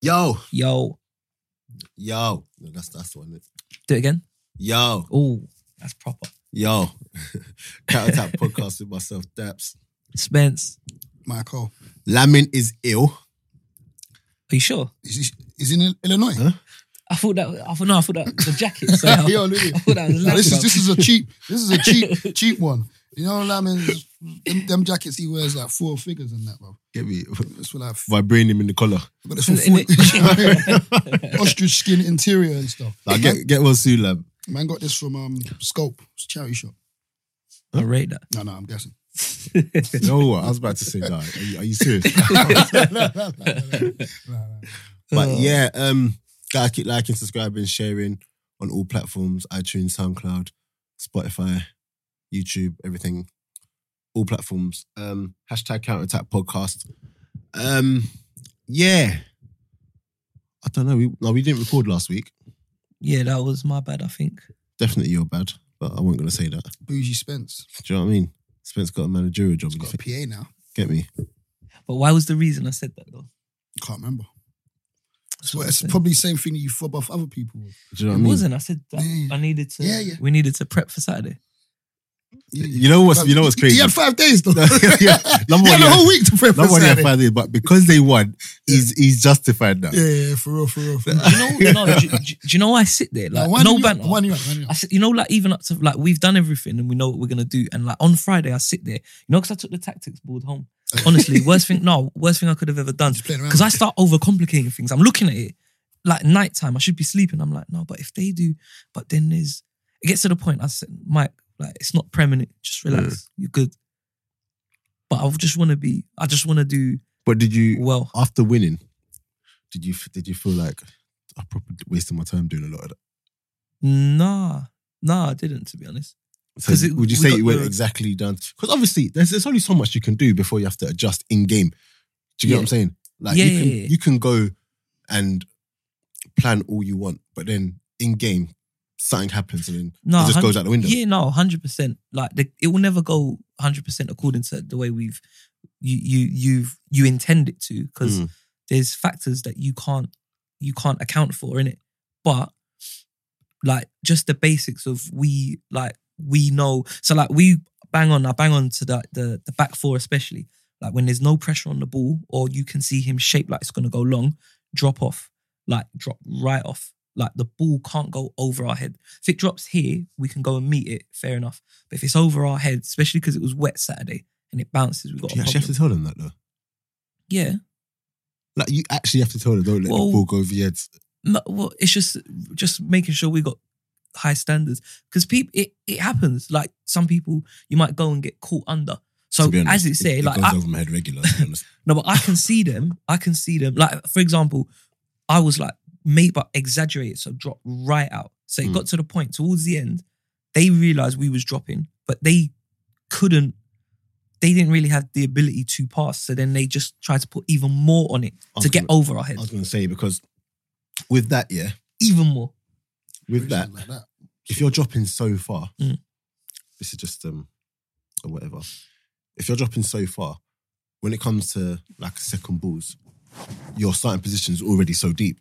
Yo, Yo, yo. No, that's that's the one. innit? do it again. Yo, Oh, that's proper. yo. Cat Attack podcast with myself, Daps. Spence, Michael. Lamin is ill. are you sure? Is he, is he in Illinois? Huh? I thought that. I thought no. I thought that the jacket. So I Yo, look I thought that was Now, this is leather. this is a cheap this is a cheap cheap one. You know what I mean? Them, them jackets he wears like four figures and that, bro. Get me. That's what I've Vibranium in the collar. got this for Isn't it? 40 ostrich skin interior and stuff. Like, get get well soon, Lam. Man got this from um Scope it's a charity shop. I rate that. No, no, I'm guessing. You know what? I was about to say that. Are you, are you serious? No, no, no, no, no. But Oh. yeah, um, guys, keep liking, subscribing, sharing on all platforms: iTunes, SoundCloud, Spotify, YouTube, everything, all platforms. Um, hashtag Counterattack Podcast. Um, yeah, I don't know. We no, we didn't record last week. Yeah, that was my bad. I think. Definitely your bad, but I wasn't gonna say that. Bougie Spence. Do you know what I mean? Spence got a managerial job. He's in the got a fi- PA now. Get me? But why was the reason I said that though? Can't remember. That's So what I it's said. probably the same thing that you fob off other people with. Do you know what it I mean? wasn't. I said that Yeah, yeah. I needed to. Yeah, yeah. We needed to prep for Saturday. You know what's you know what's crazy? He had five days though. Yeah. he had Number one, a yeah. whole week to prep for Number one, yeah, Saturday. five days, but because they won, he's he's justified now. Yeah, yeah, yeah, for real, for real. For real. Do you know? no, do, do- do you know why I sit there like why no you- banter? why you- why you- I said, you know, like even up to like we've done everything and we know what we're gonna do. And like on Friday, I sit there, you know, because I took the tactics board home. Honestly, worst thing, no, worst thing I could have ever done. Just playing around. Because I start overcomplicating things. I'm looking at it like nighttime. I should be sleeping. I'm like, no, but if they do, but then there's. It gets to the point. I said, Mike, like it's not permanent. Just Mm. relax. You're good. But I just want to be. I just want to do But did you well. after winning, did you did you feel like I'm probably wasting my time doing a lot of that? Nah, nah, I didn't. To be honest, So 'Cause it- would you we say got you went the- exactly down? Because obviously, there's there's only so much you can do before you have to adjust in game. Do you get Yeah. what I'm saying? Like Yeah, you can yeah, yeah. you can go and plan all you want, but then in game something happens and then no, it just 100 goes out the window. Uh-huh. Yeah, no, hundred percent. Like the, it will never go hundred percent according to the way we've you you you've you intend it to because Mm. there's factors that you can't you can't account for in it. But like just the basics of we like we know so like we bang on I bang on to the the, the back four especially like when there's no pressure on the ball or you can see him shaped like it's gonna go long drop off like drop right off like the ball can't go over our head. If it drops here, we can go and meet it. Fair enough. But if it's over our head, especially because it was wet Saturday and it bounces, we have got Do you a actually have to problem. tell them that though? Yeah. Like you actually have to tell them don't let Well- the ball go over your heads. No, well, it's just just making sure we got high standards because people it, it happens. Like some people, you might go and get caught under. So to be honest. as it say, it like goes I, over my head regular. To be honest. No, but I can see them. I can see them. Like, for example, I was like, mate, but exaggerated, so drop right out. So it Mm. got to the point towards the end, they realized we was dropping, but they couldn't, they didn't really have the ability to pass. So then they just tried to put even more on it to get over our I was heads. going to say because with that, yeah, Even more. with that, Like that. if you're dropping so far, Mm. this is just um or whatever. If you're dropping so far, when it comes to like second balls, your starting position is already so deep.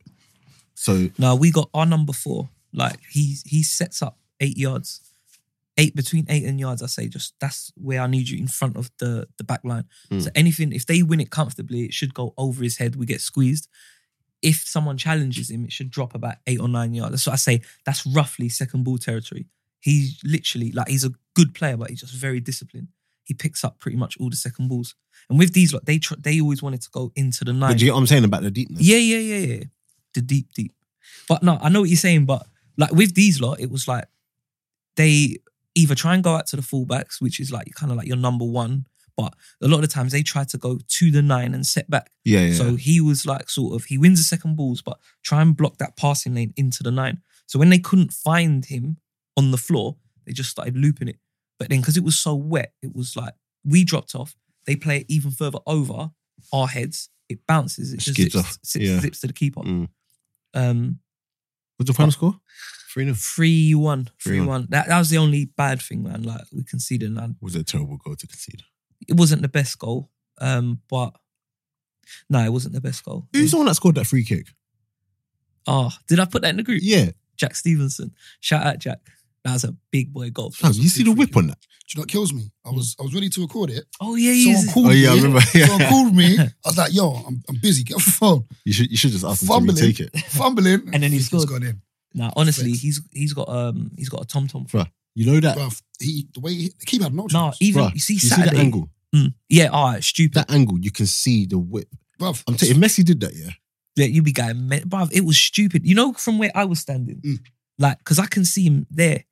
So No, we got our number four. Like he he sets up eight yards, eight between eight and yards. I say just that's where I need you in front of the the back line. Mm. So anything if they win it comfortably, it should go over his head. We get squeezed. If someone challenges him, it should drop about eight or nine yards. That's what I say. That's roughly second ball territory. He's literally like he's a good player, but he's just very disciplined. He picks up pretty much all the second balls. And with these, like they tr- they always wanted to go into the nine. but do you get what I'm saying about the deepness? Yeah, yeah, yeah, yeah. The deep, deep. But no, I know what you're saying. But like with these lot, it was like they either try and go out to the fullbacks, which is like kind of like your number one. But a lot of the times they try to go to the nine and set back. Yeah, yeah. So he was like sort of he wins the second balls, but try and block that passing lane into the nine. So when they couldn't find him on the floor, they just started looping it. But then because it was so wet, it was like we dropped off. They play it even further over our heads. It bounces. It just Skids zips, off. zips, Yeah. zips to the keeper. Mm. Um, What's the final score? Three 0 three one, three 3-1. one. That that was the only bad thing, man. Like we conceded, and Was a terrible goal to concede. it wasn't the best goal. Um, but No, it wasn't the best goal. Who's the one that scored that free kick? Oh, did I put that in the group? Yeah. Jack Stevenson. Shout out, Jack. That was a big boy goal. Fam, you see the whip on that? Do you know what kills me? I was I was ready to record it. Oh yeah, he Someone is. called Oh, yeah, I me. remember. Someone called me. I was like, yo, I'm, I'm busy. Get off the phone. You should you should just ask them to Fumbling. retake it. Fumbling. And then he He's scored. gone in. Nah, honestly, Facts. he's he's got um he's got a tom tom. You know that. Bruv, he the way he, the keeper had no Nah, chance. even bruh, you see you see Saturday. that angle? Mm, yeah, all right, stupid. That angle, you can see the whip. bruv, I'm telling you, if Messi did that, yeah. yeah, you be getting mad. Bruv, it was stupid. You know, from where I was standing, Mm. like, because I can see him there.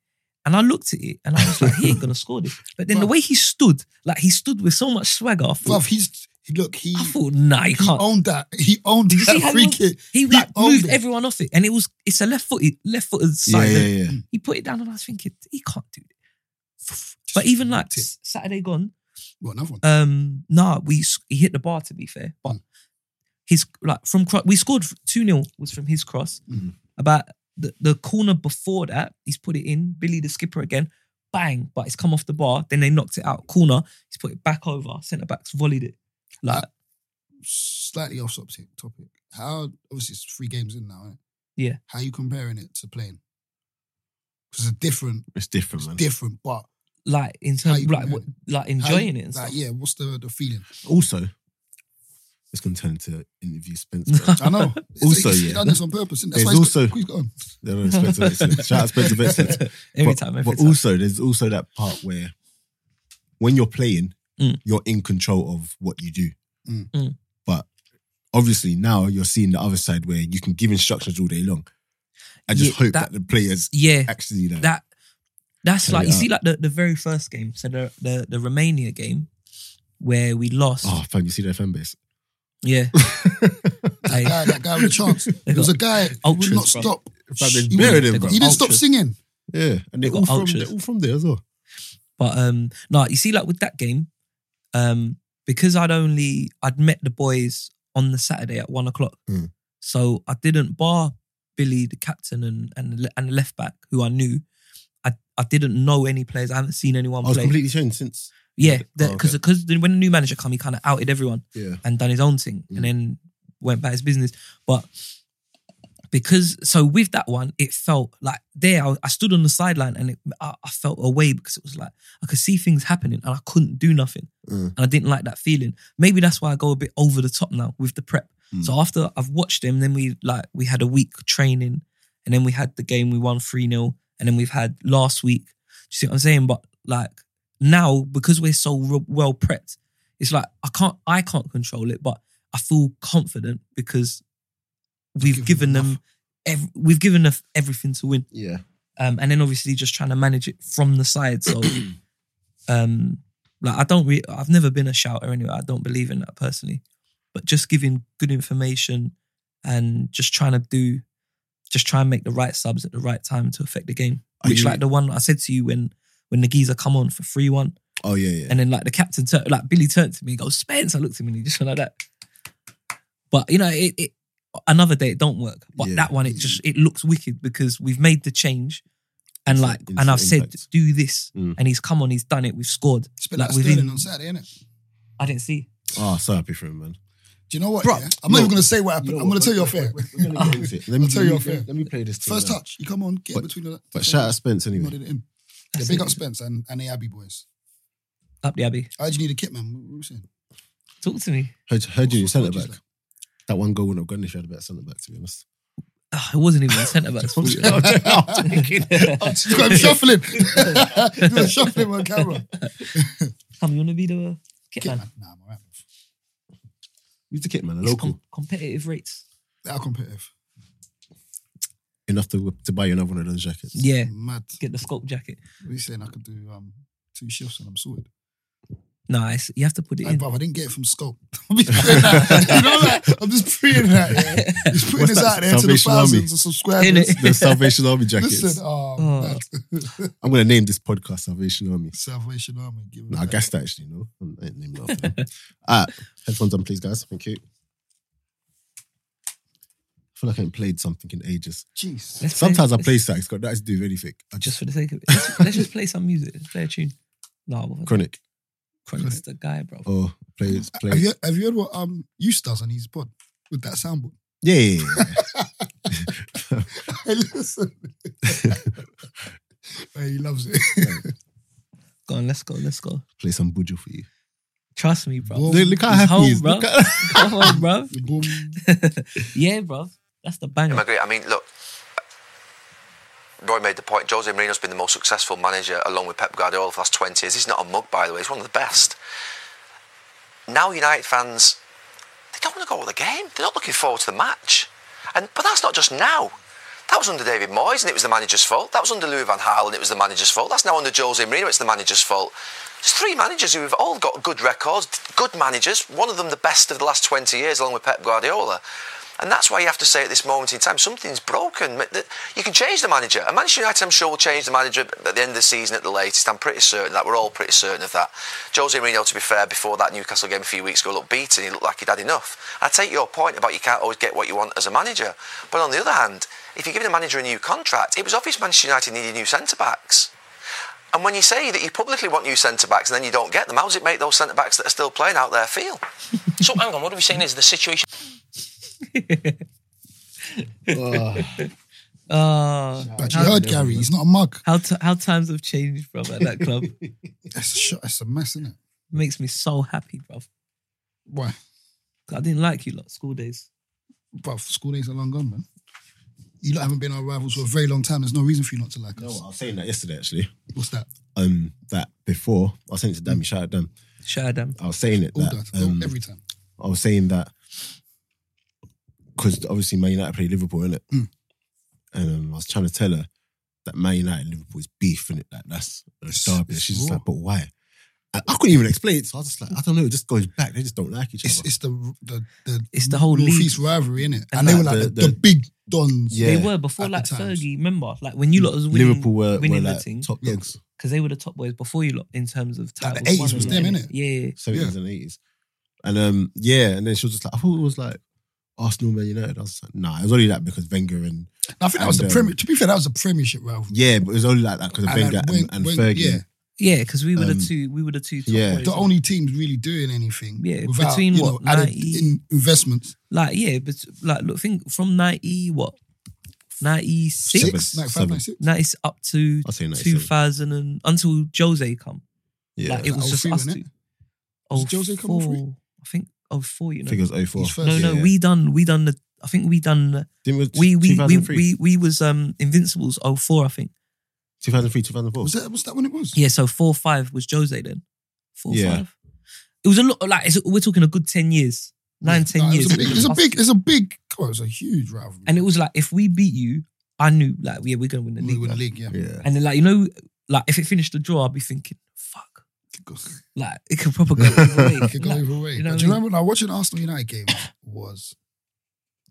And I looked at it and I was like, he ain't going to score this. But then the Bruv. way he stood, like, he stood with so much swagger. I thought, bruv, he's he, look he I thought nah, he he can't. owned that. He owned Did you see that how he free was- kick. He, like, owned moved it. everyone off it. And it was, it's a left footed, left footed Yeah, side. yeah, yeah. He put it down and I was thinking, he can't do it. But even like knocked it. s- Saturday gone, What another one? Um, nah, we s- he hit the bar to be fair, but Mm. his like from cro- we scored two 0 was from his cross. Mm-hmm. Mhm. About the, the corner before that, he's put it in. Billy the skipper again, bang! But it's come off the bar. Then they knocked it out corner. He's put it back over. Centre backs volleyed it. Like Slightly off topic. Topic. How obviously it's three games in now. Right? Yeah. How you comparing it to playing? Because it's different. It's different, man. Different, but like in How terms you like compare what, like how enjoying you- it and like, stuff. Yeah. What's the the feeling? Also, it's going to turn into interview Spencer. I know. It's- Also, it's- yeah. He done this on purpose. Isn't it? That's There's why he's got- also- he's got on. they don't expect to listen. Shout out Spencer Benson. every but, time, every but time. also, there's also that part where when you're playing, Mm. you're in control of what you do. Mm. Mm. But obviously, now you're seeing the other side where you can give instructions all day long. I just Yeah, hope that, that- the players yeah, actually like, that that's Carry like it you out. see like the, the very first game. So the the, the Romania game where we lost. Oh, fam, you see their fan base. Yeah. That guy, that guy with a chance. There was a guy who would Ultras, not bro. stop. Fam, they He buried wouldn't- him, they bro. got- He didn't stop Ultras. singing. Yeah, and they're got all, from, ultras. they're all from there as well. But um no, you see, like with that game, um, because I'd only I'd met the boys on the Saturday at one o'clock. Mm. So I didn't bar Billy, the captain and and the le- and the left back, who I knew. I I didn't know any players. I haven't seen anyone I was play. completely changed since. yeah, Oh, okay. because because when the new manager come, he kind of outed everyone. Yeah. and done his own thing Mm. and then went about his business. But because, so with that one, it felt like there, I, I stood on the sideline and it, I, I felt away because it was like I could see things happening and I couldn't do nothing. Mm. And I didn't like that feeling. Maybe that's why I go a bit over the top now with the prep. Mm. So after I've watched them, then we like, we had a week training and then we had the game we won 3 0. And then we've had last week. Do you see what I'm saying? But like now, because we're so re- well prepped, it's like I can't I can't control it, but I feel confident because we've Give given them them ev- we've given them everything to win. Yeah. Um, and then obviously just trying to manage it from the side. So um like I don't re- I've never been a shouter anyway. I don't believe in that personally. But just giving good information and just trying to do just try and make the right subs at the right time to affect the game. Are Which you- like the one I said to you when when the geezer come on for three one Oh, yeah, yeah. and then like the captain turned like Billy turned to me and goes, Spence. I looked at him and he just went like that. But you know, it, it another day it don't work. But Yeah. that one it just it looks wicked because we've made the change and Instant- like and I've instant said impact. do this. Mm. And he's come on, he's done it, we've scored. Spent Like that within- Sterling on Saturday, innit? I didn't see. oh, so happy for him, man. Do you know what? Bruh, yeah? I'm no. not even gonna say what happened. You know I'm gonna what? tell you Wait, off air. wait, wait, we're gonna get into it. Let me- I'll tell let you me- off air. Let me play this. team First now. touch. You come on, get But- in between the. But shout out Spence anyway. Nodded it in. Yeah, That's big it. up Spence and, and the Abbey boys. Up the Abbey. How do you need a kit, man? What were we saying? Talk to me. Heard, heard you What- centre what is back. That one goal wouldn't have gone if you had a better centre back, to be honest. Ah, it wasn't even centre back. I'm joking, I'm joking, I'm He's got him shuffling. He's got him shuffling on camera. Come, you wanna be the kit Kit, man? man. Nah, I'm alright. He's the kit man, a It's local. com- competitive rates. They're competitive. Enough to, to buy you another one of those jackets. Yeah. Mad. Get the scope jacket. What are you saying? I could do um, two shifts and I'm sorted. Nice. You have to put it Like, in. bruv, I didn't get it from Scope. I'm just putting that. You know that? I'm just putting that. Yeah. Just putting What's this that? out there to the Salvation Army? thousands of subscribers. Innit? The Salvation Army jackets. Listen, oh, Oh. mad. I'm going to name this podcast Salvation Army. Salvation Army. Give No, I guess that actually, no. I ain't named after them. All right, headphones on, please, guys. Thank you. I feel like I haven't played something in ages. Jeez. Let's play- Sometimes I let's- play sax, got that to do with anything. I just just for the sake of it. Let's, let's just play some music. Let's play a tune. No, chronic. Chronic's the guy, bro. Or Oh, play, play. Have you have you heard what um Use does on his pod with that soundboard? yeah, yeah, yeah. Hey, listen. Hey, he loves it. Go on, let's go, let's go. play some buju for you. Trust me, bro. Well, Look, look how He's happy home, he is. bro. Look at- Come on, bro. Boom. yeah, bro. That's the banger. I'm agree. I mean, look, Roy made the point. Jose Mourinho's been the most successful manager, along with Pep Guardiola, for the last 20 years. He's not a mug, by the way. He's one of the best. Now, United fans, they don't want to go to the game. They're not looking forward to the match. And but that's not just now. That was under David Moyes, and it was the manager's fault. That was under Louis van Gaal, and it was the manager's fault. That's now under Jose Mourinho. It's the manager's fault. There's three managers who have all got good records, good managers. One of them the best of the last 20 years, along with Pep Guardiola. And that's why you have to say at this moment in time, something's broken. You can change the manager. And Manchester United, I'm sure, will change the manager at the end of the season at the latest. I'm pretty certain that. We're all pretty certain of that. Jose Mourinho, to be fair, before that Newcastle game a few weeks ago, looked beaten. He looked like he'd had enough. I take your point about you can't always get what you want as a manager. But on the other hand, if you're giving a manager a new contract, it was obvious Manchester United needed new centre backs. And when you say that you publicly want new centre backs and then you don't get them, how does it make those centre backs that are still playing out there feel? So hang on, what are we saying is the situation Uh, But you heard Gary, he's not a mug. how t- how times have changed, bro, at that club. That's a shot. That's a mess, isn't it? Makes me so happy, bro. Why? I didn't like you lot school days. But school days are long gone, man. You lot haven't been our rivals for a very long time. There's no reason for you not to like No, us. I was saying that yesterday actually. What's that? Um, that before I was saying it to Dammy, shout out Dam. Shout out them. I was saying it All that that. um, every time. I was saying that because obviously Man United play Liverpool, innit? Mm. And um, I was trying to tell her that Man United and Liverpool is beef, innit? Like that's a derby. it's She's just raw. like, but why? I, I couldn't even explain it. So I was just like, I don't know. It just goes back. They just don't like each It's other. it's the the the It's the whole northeast rivalry, innit? And And, they that- were like the, the- the, the- big dons. Yeah. They were before At the like times. Fergie, remember? Like when you lot was winning, Liverpool were, were winning the like thing top Yeah. dogs, because they were the top boys before you lot in terms of Like, the titles. 80s won was and them, that, innit? Yeah. seventies and eighties, and um, yeah. And then she was just like, I thought it was like Arsenal, Man United. I was like, nah, it was only that because Wenger and I think that was the And, um, premier. To be fair, that was the premiership rivalry. yeah, but it was only like that because of And, Wenger like, and, when- and when- Fergie. yeah. Yeah, because we were Um, the two. We were the two. Top yeah. boys. The only teams really doing anything. Yeah, without, between you what, know, added 90? in investments. like yeah, but like look, think from ninety what, ninety Seven. six, Six, like five, like six. ninety up to I'll say two 97. thousand and until Jose come. Yeah, Like it was Like, just 03, us wasn't two. it? Was Jose come on four, free? I think oh four. You I know, think it was 04. He's first. no, no, yeah. we done, we done the. I think we done. Didn't it was We we we 2003? we, we was um Invincibles. Oh four, I think. 2003, 2004. Was that was that when it was? Yeah, so four five was Jose then. Four Yeah. five. It was a lot. Like it's, we're talking a good ten years, nine ten Nah, years. It's a big. It's a Us big. It's a big. God, it's a huge rivalry. And it was like, if we beat you, I knew like, yeah, we're gonna win the we league. win the bro. league. Yeah. Yeah. And then like, you know, like if it finished a draw, I'd be thinking, fuck, Could like it could probably go either way. go Like, either way. you know what But do you I mean? remember now watching Arsenal United game was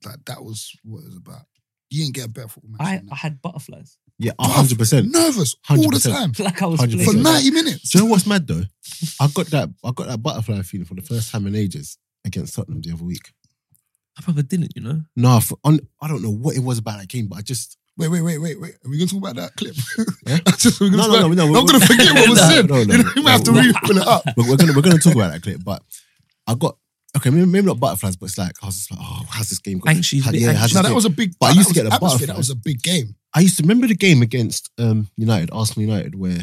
that that was what it was about. You didn't get a better football match. I, than I that. had butterflies. Yeah, 100%. nervous all the 100%. time Like I was 100%. for playing. now- like, ninety minutes. Do you know what's mad though? I got that I got that butterfly feeling for the first time in ages against Tottenham the other week. I probably didn't, you know. Nah, for, on, I don't know what it was about that game, but I just Wait, wait, wait, wait, wait. Are we going to talk about that clip? Yeah? Just- we're gonna No, talk no, about- no, no, I'm going to forget what was No, said. no, no, you know, you might have to no. re pull it up. we're, we're gonna we're gonna talk about that clip, but I got okay, maybe, maybe not butterflies, but it's like I was just like, oh, how's this game going? Anxious, bit anxious. No, this that game- was a big. But I that used to was get the butterflies. atmosphere. That was a big game. I used to remember the game against um, United, Arsenal United, where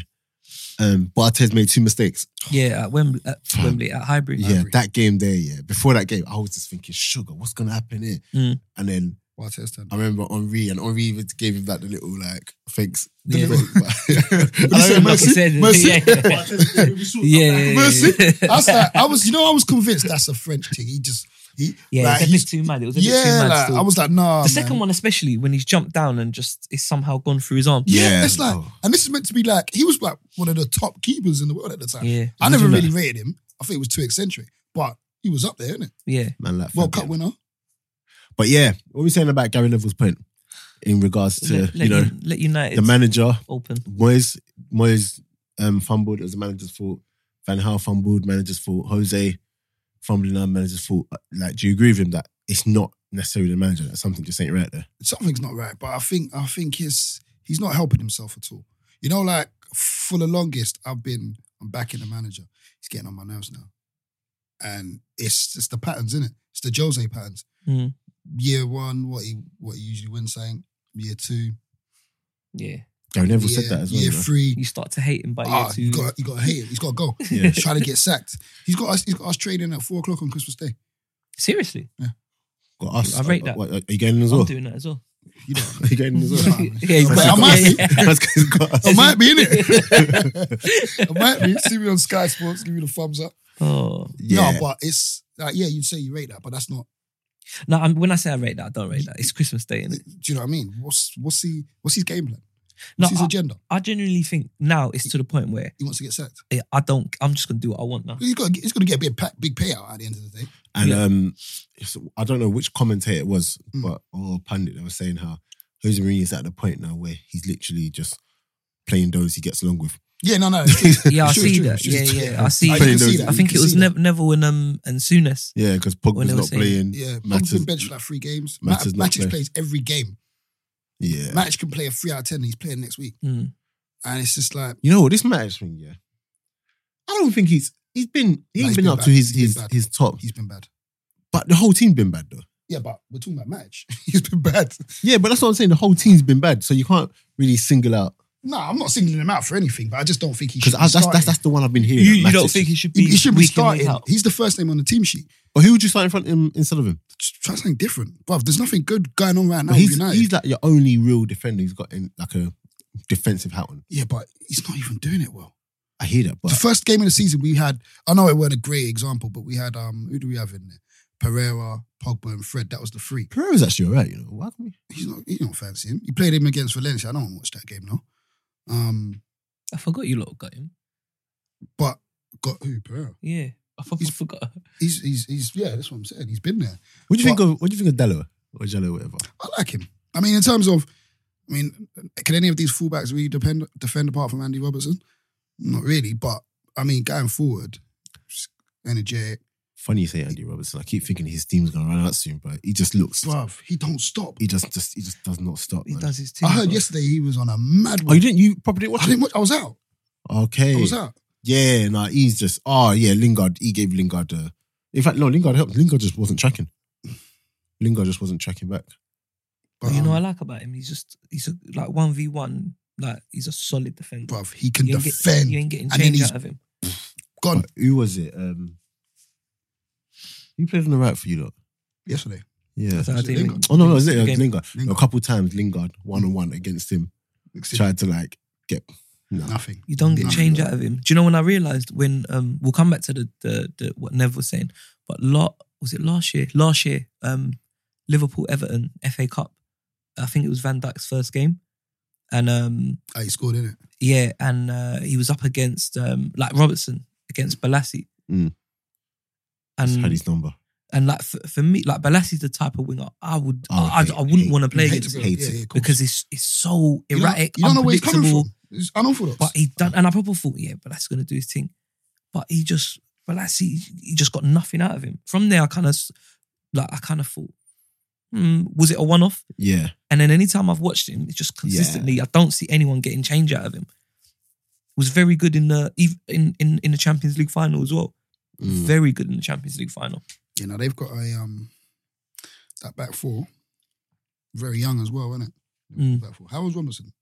um, Barthez made two mistakes. Yeah, at Wembley, at Fam. Wembley, at Highbury. Yeah, that game there, yeah. Before that game, I was just thinking, sugar, what's gonna happen here? Mm. And then Well, test time. I remember Henri, and Henri even gave him like the little like thanks. Yeah. I Like don't know, you said, Mercy. Yeah, yeah, yeah, yeah. Mercy. I yeah. was like, I was, you know, I was convinced that's a French thing. He just, he, Yeah, it was like, a he's- bit too mad. It was a bit too yeah, mad. like, still. I was like, nah. the second man. one, especially when he's jumped down and just it's somehow gone through his arm. yeah, Yeah, it's like, oh. and this is meant to be like, he was like one of the top keepers in the world at the time. yeah, I never Imagine really rated him. I think he was too eccentric, but he was up there, innit? yeah. Man, like, World fuck Cup it. winner. But yeah, what were we saying about Gary Neville's point in regards to let, you let know Un- let United the manager open. Moyes Moyes um, fumbled. It was the manager's fault. Van Gaal fumbled. Manager's fault. Jose fumbling on manager's fault. Like, do you agree with him that it's not necessarily the manager that something just ain't right there? something's not right. But I think I think he's he's not helping himself at all. You know, like for the longest, I've been I'm backing the manager. He's getting on my nerves now. And it's it's the patterns, isn't it? It's the Jose patterns. Mm. Year one, what he what he usually wins saying. Year two. Yeah. Gary Neville year, said that as well. year you know. three. You start to hate him by Ah, year you two. got you got to hate him. He's got to go. Yeah. He's trying to get sacked. He's got us. He's got us trading at four o'clock on Christmas Day. Seriously, Got us. I rate that. What, are you getting as I'm well? doing that as well. You know. Are you getting as well? Yeah. yeah, he's But got- I might- yeah, yeah. That's 'cause he's got us. I might be in it. I might be. See me on Sky Sports. Give me the thumbs up. Oh. Yeah. No, but it's like yeah, you'd say you rate that, but that's not. No, I'm, when I say I rate that, I don't rate that. It's Christmas Day, Do innit? you know what I mean? What's what's he what's his game plan? No, What's his I, agenda? I genuinely think now it's to the point where He wants to get sacked. I- I don't. I'm just gonna do what I want now. He's got he's going to get a big pa- big payout at the end of the day. And Yeah. um, so I don't know which commentator it was, Mm. but or pundit that was saying how Jose Mourinho is at the point now where he's literally just playing those he gets along with. Yeah, no, no. it's true. Yeah, I It's true, it's see true, that. it's true, Yeah, it's true. yeah, I see. I You I, Playing can those- see that. You think can it was see that. Nev- Neville and um and Souness. Yeah, because When Pogba's they were not saying- playing. Yeah, Yeah, Pogba's Matters- been benched for like three games. Ma- Matters not Matches play. plays every game. Match can play a three out of ten. He's playing next week, Mm. and it's just like You know what this Matic thing? Yeah, I don't think he's he's been he ain't Nah, he's been, been up bad. to his He's his been bad. his top. he's been bad. But the whole team been bad though. Yeah, but we're talking about match. he's been bad. Yeah, but that's what I'm saying. The whole team's been bad, so you can't really single out No, I'm not singling him out for anything, but I just don't think he should. because that's, Be that's that's starting. that's the one I've been hearing. You, that you don't Matic think should- he should be? he, he should be week in, week starting. out? He's the first name on the team sheet. But who would you start in front of him instead of him? Just Try something different, bruv. There's nothing good going on right now. But with he's United. he's like your only real defender. He's got in, like a defensive hat on. yeah, but he's not even doing it well. I hear that, but the first game of the season, we had. I know it weren't a great example, but we had um, who do we have in there? Pereira, Pogba, and Fred. That was the three. Pereira's actually all right. You know why can we? He's not. He don't fancy him. He played him against Valencia. I don't want to watch that game now. Um, I forgot you lot got him. but got who Pereira? Yeah, I fucking He's- forgot. He's he's he's yeah. That's what I'm saying. He's been there. What do you But- think of what do you think of Delaware or Jello, whatever? I like him. I mean, in terms of, I mean, can any of these fullbacks really depend, defend apart from Andy Robertson? Not really, but I mean, going forward, just energetic. Funny you say Andy Robertson. I keep thinking his team's gonna run out soon, but he just looks. Bruv, he don't stop. He just just he just does not stop. He man. does his team. I heard bro. yesterday he was on a mad Oh, one. you didn't? You probably didn't I watch it. didn't watch. I was out. Okay. I was out. Yeah, no, he's just. Oh, yeah, Lingard. He gave Lingard. A, in fact, no, Lingard helped. Lingard just wasn't tracking. Lingard just wasn't tracking back. But you know what I um, like about him? He's just he's a, like one v one. Like he's a solid defender. bruv, he can you, ain't defend. Get, you ain't getting and then change he's out of him. gone But who was it? Um, who played on the right for you lot? yesterday. Yeah. So I didn't Lingard. even- Oh no, no, is it Game- Lingard? Lingard. A couple times Lingard one on one against him tried to like get. No. Nothing. You don't get Nothing. change out of him. Do you know when I realised when um we'll come back to the the, the what Nev was saying, but lot was it last year? Last year, um Liverpool Everton FA Cup. I think it was Van Dyke's first game. And um Oh, he scored in it. yeah, and uh, he was up against um like Robertson against Balassi. Mm. Just had And his number. and like for, for me, like Balassi's the type of winger I would Oh, I would I, hate- I, I wouldn't hate- want to play hate against him. Hates Yeah, it. yeah, of course. because it's it's so You don't- erratic, You don't know where he's coming unpredictable. from. It's unorthodox. But he done, and I probably thought, yeah, but that's going to do his thing. But he just, but I see, he just got nothing out of him. From there, I kind of, like, I kind of thought, hmm, was it a one off? Yeah. And then anytime I've watched him, it's just consistently, I don't see anyone getting change out of him. Was very good in the ev- in in, in the Champions League final as well. Hmm. Mm. Very good in the Champions League final. You know, they've got a um that back four. Very young as well, isn't it? Mm. Back four. How old is Robinson?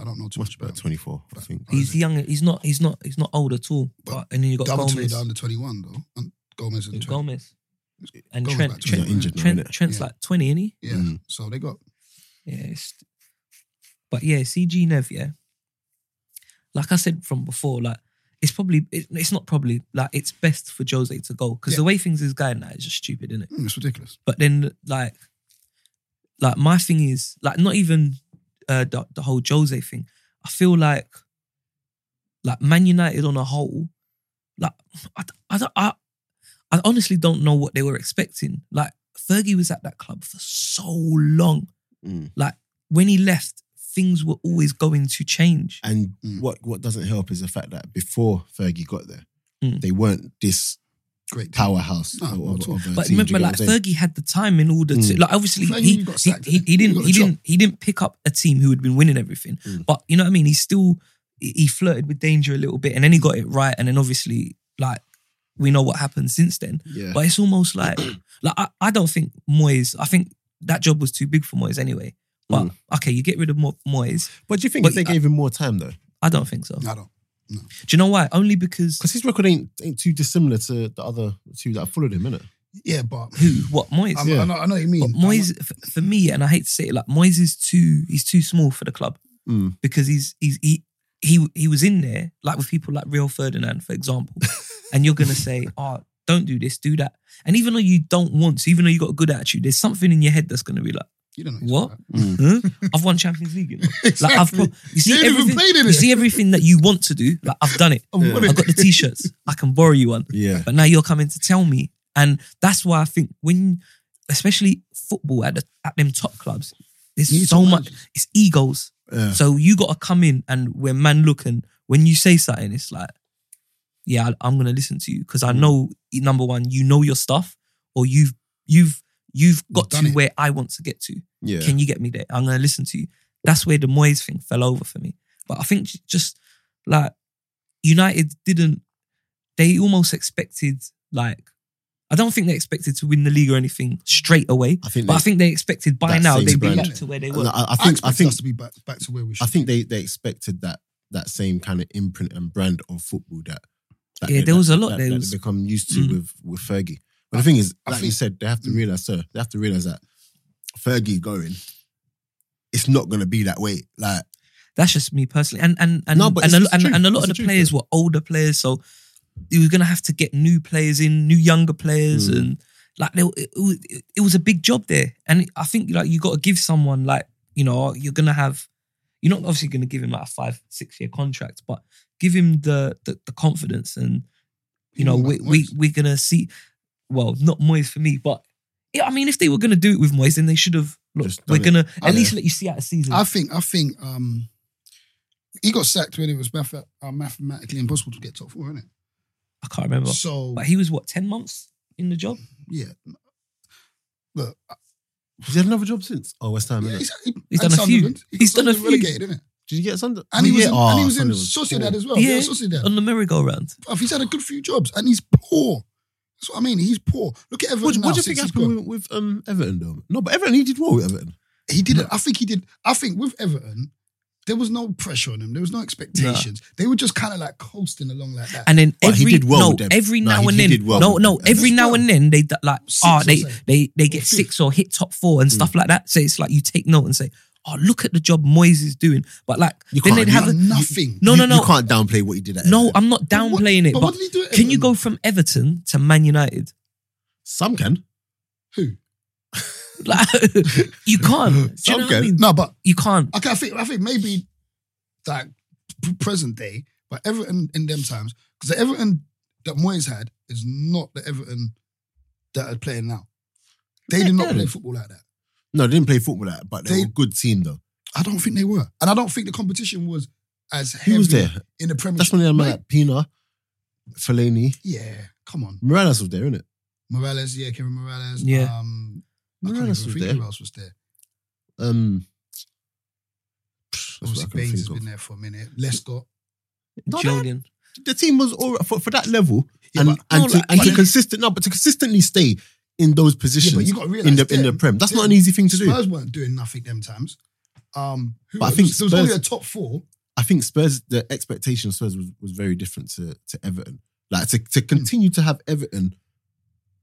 I don't know too much Watch about about him. twenty four, I think. Oh, is He's young. He's not. He's not. He's not old at all. But But, and then you got The other two are Gomez. the under 21, though. And Gomez and Trent. Gomez. And Gomez He's Trent. about not Trent. Trent, injured now, Trent. innit? Trent's Yeah. like twenty, isn't he? Yeah. Mm. So they got. Yeah, it's, but yeah, CG Nev, yeah. Like I said from before, like it's probably it, it's not probably like it's best for Jose to go because the way things is going now is just stupid, isn't it? Mm, it's ridiculous. But then like, like my thing is like not even uh, the the whole Jose thing. I feel like like Man United on a whole, like I d- I don't- I, I honestly don't know what they were expecting. Like Fergie was at that club for so long Mm. like when he left, things were always going to change. And Mm. what what doesn't help is the fact that before Fergie got there, Mm. they weren't this Great. powerhouse. No, of- not at of- all. of a But team, do remember, you get like what I'm saying? Fergie had the time in order to Mm. like obviously Fergie he, got he, sacked, he he he didn't got a he job. didn't he didn't pick up a team who had been winning everything. Mm. But you know what I mean? He still he he flirted with danger a little bit, and then he got it right, and then obviously like we know what happened since then. Yeah. But it's almost like like I, I don't think Moyes. I think that job was too big for Moyes anyway. But okay, you get rid of Mo- Moyes. But do you think But if they I- gave him more time though? I don't think so. I don't. Do you know why? Only because Because his record ain't ain't too dissimilar to the other two that followed him, innit? Yeah, but who? What Moyes? I'm, Yeah. I, know, I know what you mean. But Moyes, f- for me, and I hate to say it, like Moyes is too he's too small for the club Mm. because he's he's he he he was in there like with people like Rio Ferdinand, for example, and you're gonna say, oh, don't do this, do that, and even though you don't want to, even though you got a good attitude, there's something in your head that's gonna be like, You don't know he's what? like that. Mm. Huh? I've won Champions League, you know. Like I've pro- you see You ain't even everything, played in you it. see everything that you want to do. Like I've done it. Yeah. I've got the t-shirts. I can borrow you one Yeah. but now you're coming to tell me. And that's why I think when, especially football at the, at them top clubs, there's You need so to much. It's egos. Yeah. So you got to come in and when man looking, when you say something, it's like, yeah, I, am gonna listen to you because I know number one, you know your stuff, or you've you've you've got done to it. where I want to get to. Yeah. Can you get me there? I'm gonna listen to you. That's where the Moyes thing fell over for me. But I think j- just like United didn't, they almost expected like I don't think they expected to win the league or anything straight away. I think but they- I think they expected by that now same they'd be brand. back to where they were. I, I I think I, expect think us to be back, back to where we should. I think they they expected that that same kind of imprint and brand of football that, that Yeah, they- there was that- a lot that, there that was- they become used to Mm. with with Fergie. But the thing is, I like you think- said, they have to realize, sir, they have to realize that Fergie going, it's not going to be that way. Like, That's just me personally, and and and No, but and, a, it's- lo- it's and, true. and a lot It's of the the truth, players were older players, so you were gonna have to get new players in, new younger players, Mm. and like they, it, it, it was a big job there. And I think like you got to give someone like you know you're gonna have you're not obviously gonna give him like a five six year contract, but give him the the, the confidence, and you know People we, like we Moyes. we're gonna see. Well, not Moyes for me, but yeah, I mean if they were gonna do it with Moyes, then they should have. Look, Just done we're it. gonna at Yeah. least let you see out a season. I think I think um, he got sacked when it was math- uh, mathematically impossible to get top four, isn't it? I can't remember. So But he was what ten months in the job. yeah, look, I- has he had another job since? Oh, West Ham, innit? he's, he- He's and done a few. Sunderland. He got He's done a Sunderland few. relegated, isn't it? Did you get Sunday? And he was in, Oh, and he was Sunderland in was Sociedad poor. as well. Yeah. Yeah, Sociedad. on the merry-go-round. Bruv, he's had a good few jobs, and he's poor. That's what I mean. He's poor. Look at Everton What, now. what do you since think he's happened gone. with, with um, Everton though? No, but Everton he did well with Everton. He did it. I think he did. I think with Everton, there was no pressure on him. There was no expectations. They were just kind of like coasting along like that. And then But every he did well no, with them. every No, now he- and he then, did well no, with no, them. every That's now well. and then they d- like Six ah or they something. they they get Or six or hit top four Hmm. and stuff like that. So it's like you take note and say, oh look at the job Moyes is doing. But like You then can't they'd do have a, nothing. no You- no no You can't downplay what he did at no. Everton. I'm not But what- downplaying it. but But, what did he do at can you Everton? go from Everton to Man United? Some can. Who? Like you can't. Do you Some know what I can. mean? No, but You can't. okay, I think I think maybe that p- present day, but Everton in them times, because the Everton that Moyes had is not the Everton that are playing now. They did not Yeah. play football like that. No, they didn't play football at, but they, They- were a good team though. I don't think they were, and I don't think the competition was as heavy Who was there? in the Premier. That's when they had Mate, like Pina, Fellaini, Yeah, come on, Morales was there, innit? Morales. Yeah, Kevin Morales. Yeah. um, I can't Morales even was think there. who else was there. Um, that's what I Obviously, can Baines think has of. been there for a minute. Lescott. No, no. Jordan. The team was all right for, for that level, Yeah, and but- and, no, to, like- and to but- consistent no, but to consistently stay in those Yeah, but positions you got to realize in the in the them- prem, that's not them- an easy thing to do. Spurs weren't doing nothing them times. Um, who But I else? think there was Spurs- only a top four. I think Spurs, the expectation of Spurs was, was very different to, to Everton. Like to, to continue to have Everton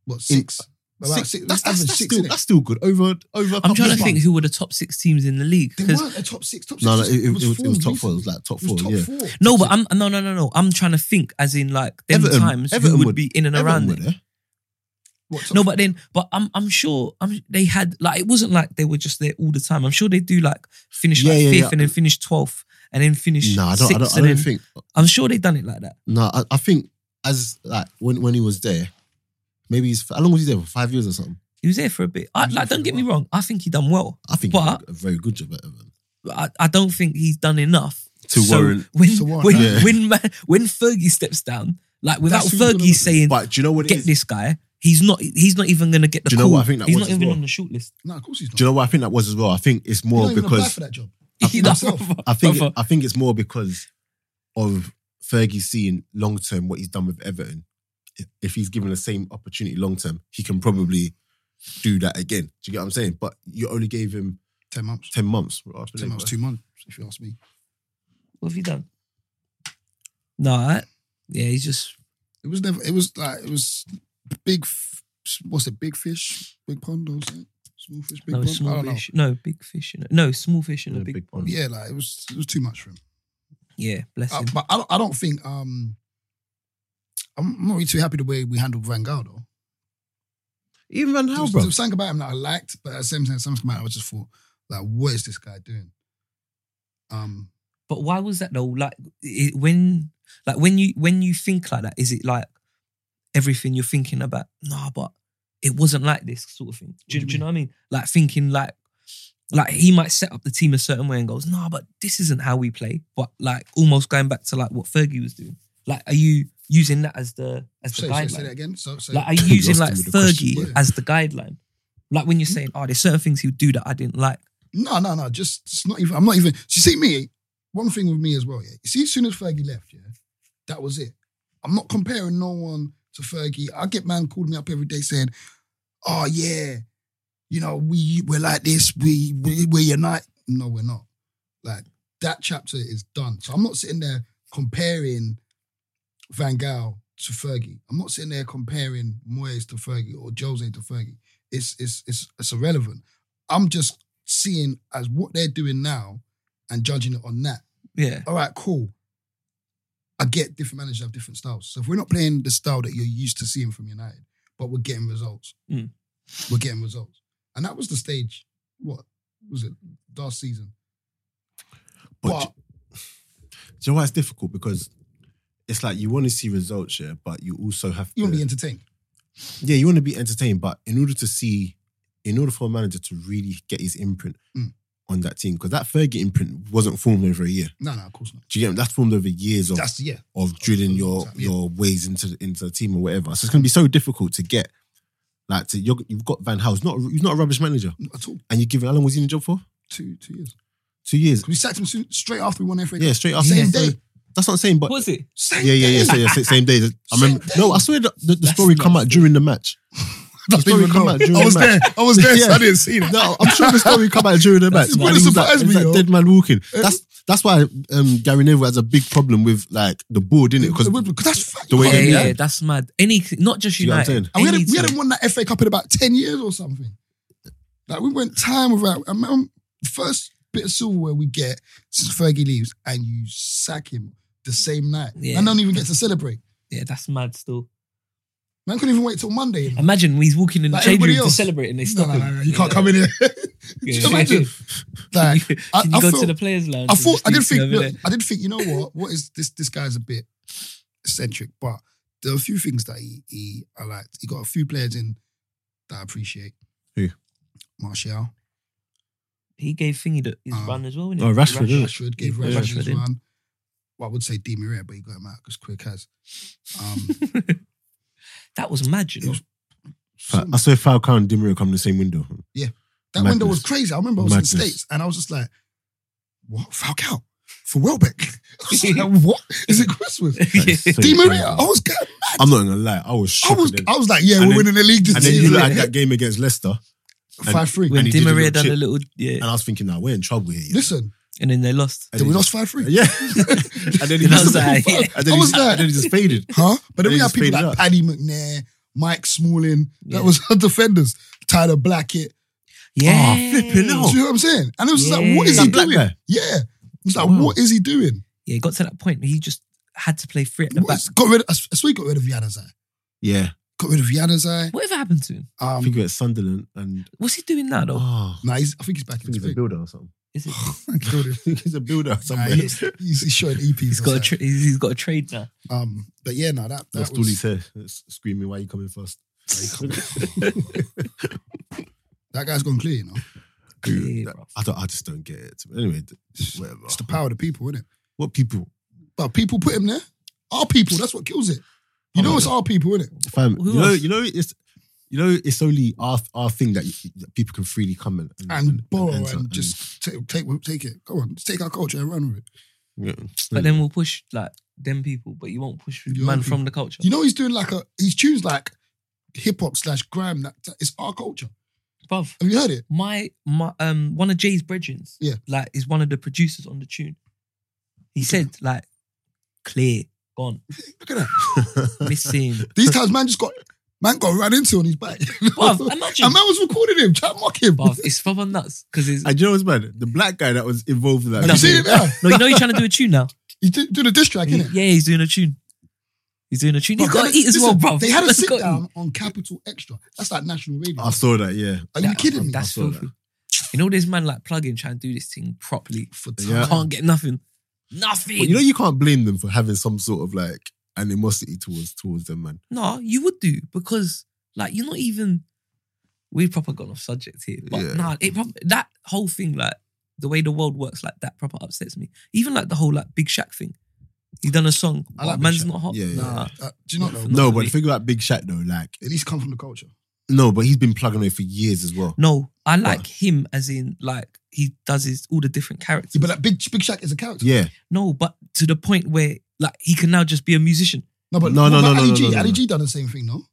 What six? About six, six- that's, that's, average that's six, still innit? that's still good over over. a I'm couple trying to of think months. who were the top six teams in the league. They 'cause- weren't a top six. Top six. No, no, was- it, it, was, it formed was top four. It recently. was like top It four. was top yeah. four. No, but I'm no no no no. I'm trying to think as in like them Everton- times Everton who would- would be in and Everton around were it. there. What, top No, four? but then but I'm I'm sure I'm they had like it wasn't like they were just there all the time. I'm sure they do like finish like Yeah, yeah, fifth yeah. and then finish twelfth and then finish No, I don't. sixth I don't, I and don't then think. I'm sure they done it like that. No, I, I think as like when when he was there, maybe he's how long was he there for? Five years or something. He was there for a bit. I, He was like, there for don't a get me wrong. I think he done well. I think he But- did a very good job at Everton. I, I don't think he's done enough To So warrant- when To warrant when that. when, man, when Fergie steps down, like without That's who you're gonna Fergie look- saying But do you know what? It get is? this guy, he's not he's not even gonna get the Do you know call. what I think that he's was not as even well? on the short list. no, of course he's not. Do you know what I think that was as well? I think it's He more don't even apply because for that job. He Himself. doesn't- I think it, Proper. I think it's more because of Fergie seeing long term what he's done with Everton. If- If he's given the same opportunity long term, he can probably do that again. Do you get what I'm saying? But you only gave him Ten months. 10 months. After Ten months, two months, if you ask me. What have you done? No, I, yeah, he's just It was never. It was like it was big. f- What's it? Big fish, big pond, or something? Small fish, big no pond. I small don't know. fish. No big fish in a, no small fish in Yeah, a big, big pond. pond. Yeah, Yeah, like it was. It was too much for him. bless Uh, him. but I don't, I don't think. Um, I'm not really too happy the way we handled Van Gaal though. Even Van There Gaal, was, bro. there was something about him that I liked, but at the same time, something about him I just thought, like, what is this guy doing? Um, But why was that though? Like it, when, like when you when you think like that, is it like everything you're thinking about? Nah, but it wasn't like this sort of thing. Do, What do you do you know what I mean? Like thinking like like he might set up the team a certain way and goes, nah, but this isn't how we play. But like almost going back to like what Fergie was doing. Like, are you using that as the as the say, say, guideline? say that again. So, so Like, are you using Lost like him with the question, Fergie yeah. as the guideline? Like when you're saying, oh, there's certain things he would do that I didn't like. No, no, no. Just it's not even. I'm not even. You see me. One thing with me as well. Yeah. You see, as soon as Fergie left, yeah, that was it. I'm not comparing no one to Fergie. I get man called me up every day saying, "Oh yeah, you know we we're like this. We we we unite." No, we're not. Like that chapter is done. So I'm not sitting there comparing Van Gaal to Fergie. I'm not sitting there comparing Moyes to Fergie or Jose to Fergie. It's it's it's it's irrelevant. I'm just seeing as what they're doing now and judging it on that. Yeah. All right, cool. I get different managers have different styles. So if we're not playing the style that you're used to seeing from United, but we're getting results, Hmm. Mm. we're getting results, and that was the stage. What was it last season? But But do you know why it's difficult? Because it's like you want to see results, yeah, but you also have to. you want to be entertained. yeah, you want to be entertained, but in order to see, in order for a manager to really get his imprint Mm. on that team, because that Fergie imprint wasn't formed over a year. No, no, of course not. Do you get me? That's formed over years of, That's yeah. of drilling a long your time, yeah. your ways into the- into the team or whatever. So it's gonna be so difficult to get. Like to, you're, you've got Van Hals, not he's not a rubbish manager, Not at all. and you give him how long was he in the job for? Two two years. Two years. 'Cause we sacked him soon, straight after we won the FA. Cup. Yeah, straight after. Same So day. That's not saying, but What was it? Same yeah, yeah, yeah, day. so, yeah, sa- same day. I Same remember. day. No, I swear the, the, the That's story come out nuts. during the match. The I didn't story even come know. out during I was the match. there. I was there. so Yeah. I didn't see that. No, I'm sure the story come out during the match. It would've It was like- surprised it was me, like yo. dead man walking. Uh, That's that's why um, Gary Neville has a big problem with like the board, in it? Because Because that's fact. the way Yeah, they yeah, yeah. that's mad. Anything, not just You know what I'm United. saying? And we, Any hadn't, we team. hadn't won that FA Cup in about 10 years or something. Like, we went time without. I mean, the first bit of silverware we get since Fergie leaves, and you sack him the same night. Yeah. Man don't even get to celebrate. yeah, that's mad. Still, Man couldn't even wait till Monday. No, imagine he's walking in the Like change everybody room to else. celebrate and they stop no, him. no, no, you can't come in here. Yeah. Just imagine. Can Like, you, I- can you I go to thought- the players' lounge? I and thought just I do didn't think. some over Look, there? I didn't think. You know what? What is this? This guy's a bit eccentric, but there are a few things that he, he I liked. He got a few players in that I appreciate. Who? Martial, He gave Thingy the, his Um, run as well. Innit? Oh, Rashford, innit? Rashford gave Yeah, Rashford his Rashford in. run. Well, I would say Di Maria, but he got him out as quick as. Um, That was mad, you know. It was- Fa- I swear Falcao and Di Maria come in the same window. that window was madness. crazy. I remember I was Madness. in the states and I was just like, "What Falcao for Welbeck? I was like, what is it Christmas? That is so Di Maria, crazy. I was going I'm not gonna lie, I was I shocked. was, then. I was like, yeah, And we're then- winning the league this and then you season. look at that game against Leicester, and- five three. and when he Di did a Maria little done a chip. little, yeah, and I was thinking, now we're in trouble here. yeah." Listen, and then they lost. And then he we just- lost five three. Yeah, and then he And I just- was like, yeah. and then I he was just- there. and then he just faded. Huh? But And then we he had just people faded like up. Paddy McNair, Mike Smalling. Yeah. That was our defenders. Tyler Blackett. Yeah, flipping hell. Do you know what I'm saying? And it was just like, what is Yeah. he That black doing? guy. Yeah. It's like, Wow. what is he doing? Yeah, it got to that point. where He just had to play free at the What back. is- got rid of, I s- I swear he got rid of Yanazai. Yeah, Got rid of Yanazai. Whatever happened to him? I Um, think we're at Sunderland, and What's he doing now though? oh, nah, he's, I think he's back I in think he's the a builder or something. Is it? I think he's a builder nah, somewhere. he's, he's, he's showing E EPs. He's got a outside. tra- he's he's got a trade now. um, but yeah, no, that, that Lost all his was, hair, s- screaming, "Why are you coming first? that guy's gone clear, you know. Yeah, bruv. I don't. I just don't get it. Anyway, th- whatever. It's the power of the people, isn't it? What people? But people put him there. Our people, that's what kills it. Oh You know, it's our people, innit? Fam, Who you know, else? you know, it's you know, it's only our our thing that, you- that people can freely come and And borrow enter and just ta- take take it. Go on, just take our culture and run with it. Yeah. But then we'll push like them people, but you won't push Your man own from the culture. You know he's doing like a he's tunes like hip hop slash grime. That, that it's our culture. Bruv, Have you heard it? my my um one of Jay's brethren, Yeah. like is one of the producers on the tune. He said like clear, gone, Look at that. missing. These times, man just got man got run into on his back. Bruv, and imagine. man was recording him, trying to mock him. Bruv, it's proper nuts because it's. And you know what's mad? The black guy that was involved in that. Have you Nothing. seen him? Yeah, no, you know you're trying to do a tune now. he's do- doing a diss track, He- innit? yeah, he's doing a tune. He's doing a tune. He's Bruv, got to they- eat as well, listen, bruv. They had a Let's go sit eat. down on Capital Extra. That's like national radio. I saw that, yeah. Are you That- um, kidding me? That's I saw that. filthy. You know this man like plug in trying to do this thing properly. for Yeah. Can't get nothing. Nothing. But you know, you can't blame them for having some sort of like animosity towards towards them, man. No, you would do because like you're not even. We've proper gone off subject here, but Yeah. nah, it prob- that whole thing like the way the world works like that proper upsets me. Even like the whole like Big Shaq thing. He done a song, I I like Big man's Shaq. not hot. Yeah, yeah. Nah, Uh, do you not know? No. No, Not but really. the thing about Big Shaq though, like At least come from the culture. no, but he's been plugging away for years as well. no, I like What? him as in like he does his all the different characters. Yeah, but that big big Shaq is a character. Yeah, no, but to the point where like he can now just be a musician. No, but No, what no, about no, Ali no, G? no, no, Ali no. G done the same thing, no?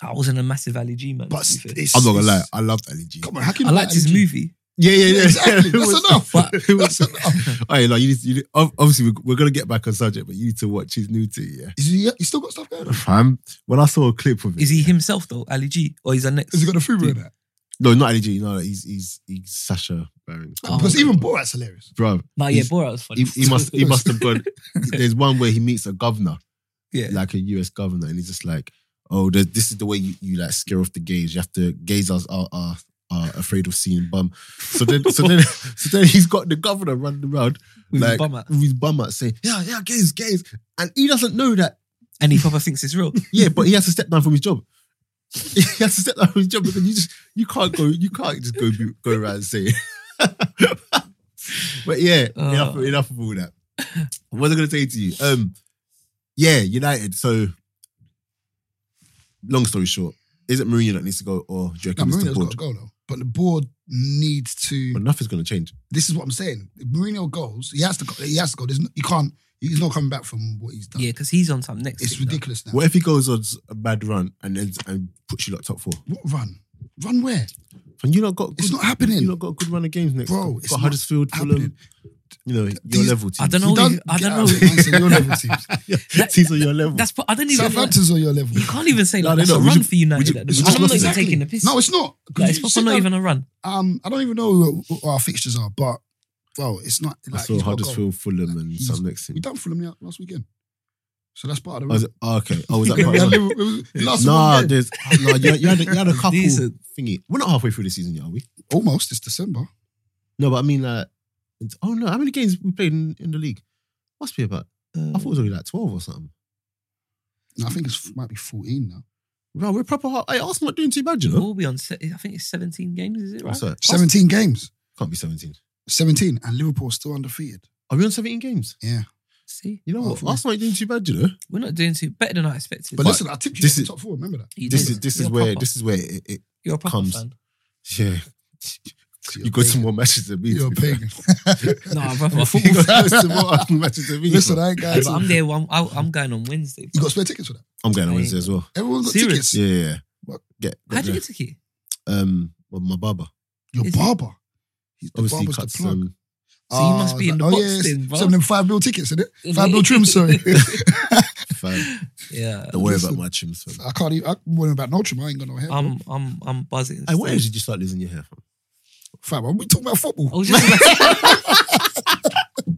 I wasn't a massive Ali G man. But to be fair. it's, I'm not gonna lie, it's- I loved Ali G. Come on, how can I you liked like his Ali G? movie. Yeah, yeah, yeah. Exactly. It That's was- enough. it was- That's enough. All right, like you need, to, you need, ob- obviously we're, we're gonna get back on subject, but you need to watch his new too, yeah. Is he, he still got stuff going on? Fam, when I saw a clip of it, Is he himself though, Ali G, or is that next? Has he got the fever in that? no, not Ali G. No, he's he's he's Sasha Baron. Oh. Because even Borat's hilarious. bro, Nah, yeah, He's- Borat was funny. he, he must he must have gone. There's one where he meets a governor, Yeah. like a US governor, and he's just like, "Oh, there's- this is the way you, you like scare off the gays. You have to gays are are, are, are afraid of seeing bum." So then, so then, so then he's got the governor running around With his like bum out. with his bum out, saying, "Yeah, yeah, gays, gays," and he doesn't know that. and he probably thinks it's real. Yeah, but he has to step down from his job. He has to step down from his job because you just you can't go you can't just go be- go around and say. it. but yeah, Ah. enough Oh. enough of all that. What was I going to say to you? Um, yeah, United. So, long story short, is it Mourinho that needs to go, or do you Now, reckon it's the Mourinho's got board? to go, though. But the board needs to. But nothing's going to change. This is what I'm saying. If Mourinho goes, he has to go. He has to go. There's no, you can't. He's not coming back from what he's done. Yeah, because he's on some next. It's thing, though. ridiculous now. What if he goes on a bad run and ends, and puts you like top four? What run? Run where? And you not got good, It's not happening. You not got a good run of games next. Bro, Got it's not Huddersfield, Fulham. happening. You know your These- level teams. I don't know. You if- I get don't out know. of it, man. So your level teams. That- teams on your level. That's. I don't even. Like, Southampton's on your level. you can't even say No, like they that's don't. a We run should- for United should- at we the should- moment. I'm not even Exactly. taking the piss. No, it's not. like, it's You proper sit not down- even a run. Um, I don't even know who- who our fixtures are, but well, it's not. I Like, saw he's got to go. Huddersfield, Fulham, and He's- some next We thing. done Fulham the- last weekend, so that's part of the. Oh, is run. it- oh, okay. Oh, was that We part had of it? Liverpool- it was last Nah, weekend. there's no. You, you, had a, you had a couple These are- thingy. We're not halfway through the season yet, are we? almost it's December. No, but I mean, like, it's- oh no, how many games we played in, in the league? Must be about. I thought it was only like twelve or something. No, I think it might be fourteen now. Bro, we're proper. Hard. Hey, Arsenal not doing too bad, you know. Uh, We'll be on. se- I think it's 17 games. Is it right? What's that? Seventeen games, Can't be seventeen. seventeen, and Liverpool still undefeated. Are we on seventeen games? See, You know what? Halfway. Arsenal ain't doing too bad, you know. we're not doing too better than I expected. But, But listen, I tipped you this for is- top four. Remember that. You This did. is this You're is where proper. this is where it, it You're a proper comes. fan. yeah. You go to more matches than me. You're to a be fair. pagan. Nah, brother. You go to more Arsenal matches than me. listen, bro. I ain't got. But I'm there. I'm, I- I'm going on Wednesday. You got spare tickets for that? I'm going on I- Wednesday as well. Everyone got Serious? tickets. Yeah, yeah. yeah. What? Get, How get do the- you get a key? um with my barber. Your Is it- barber. He's the Obviously, he barber's cuts the plug. um, So you must be in the oh, box yeah, then, bro. Some of them five bill tickets, in it? Five bill trims, sorry. fine. Yeah. Don't worry about Listen. my trims. Fam. I can't even, I'm worrying about no trim. I ain't got no hair. bro. I'm I'm I'm buzzing. Hey, what age did you start losing your hair from? Fam, we talking about football. I was just about to-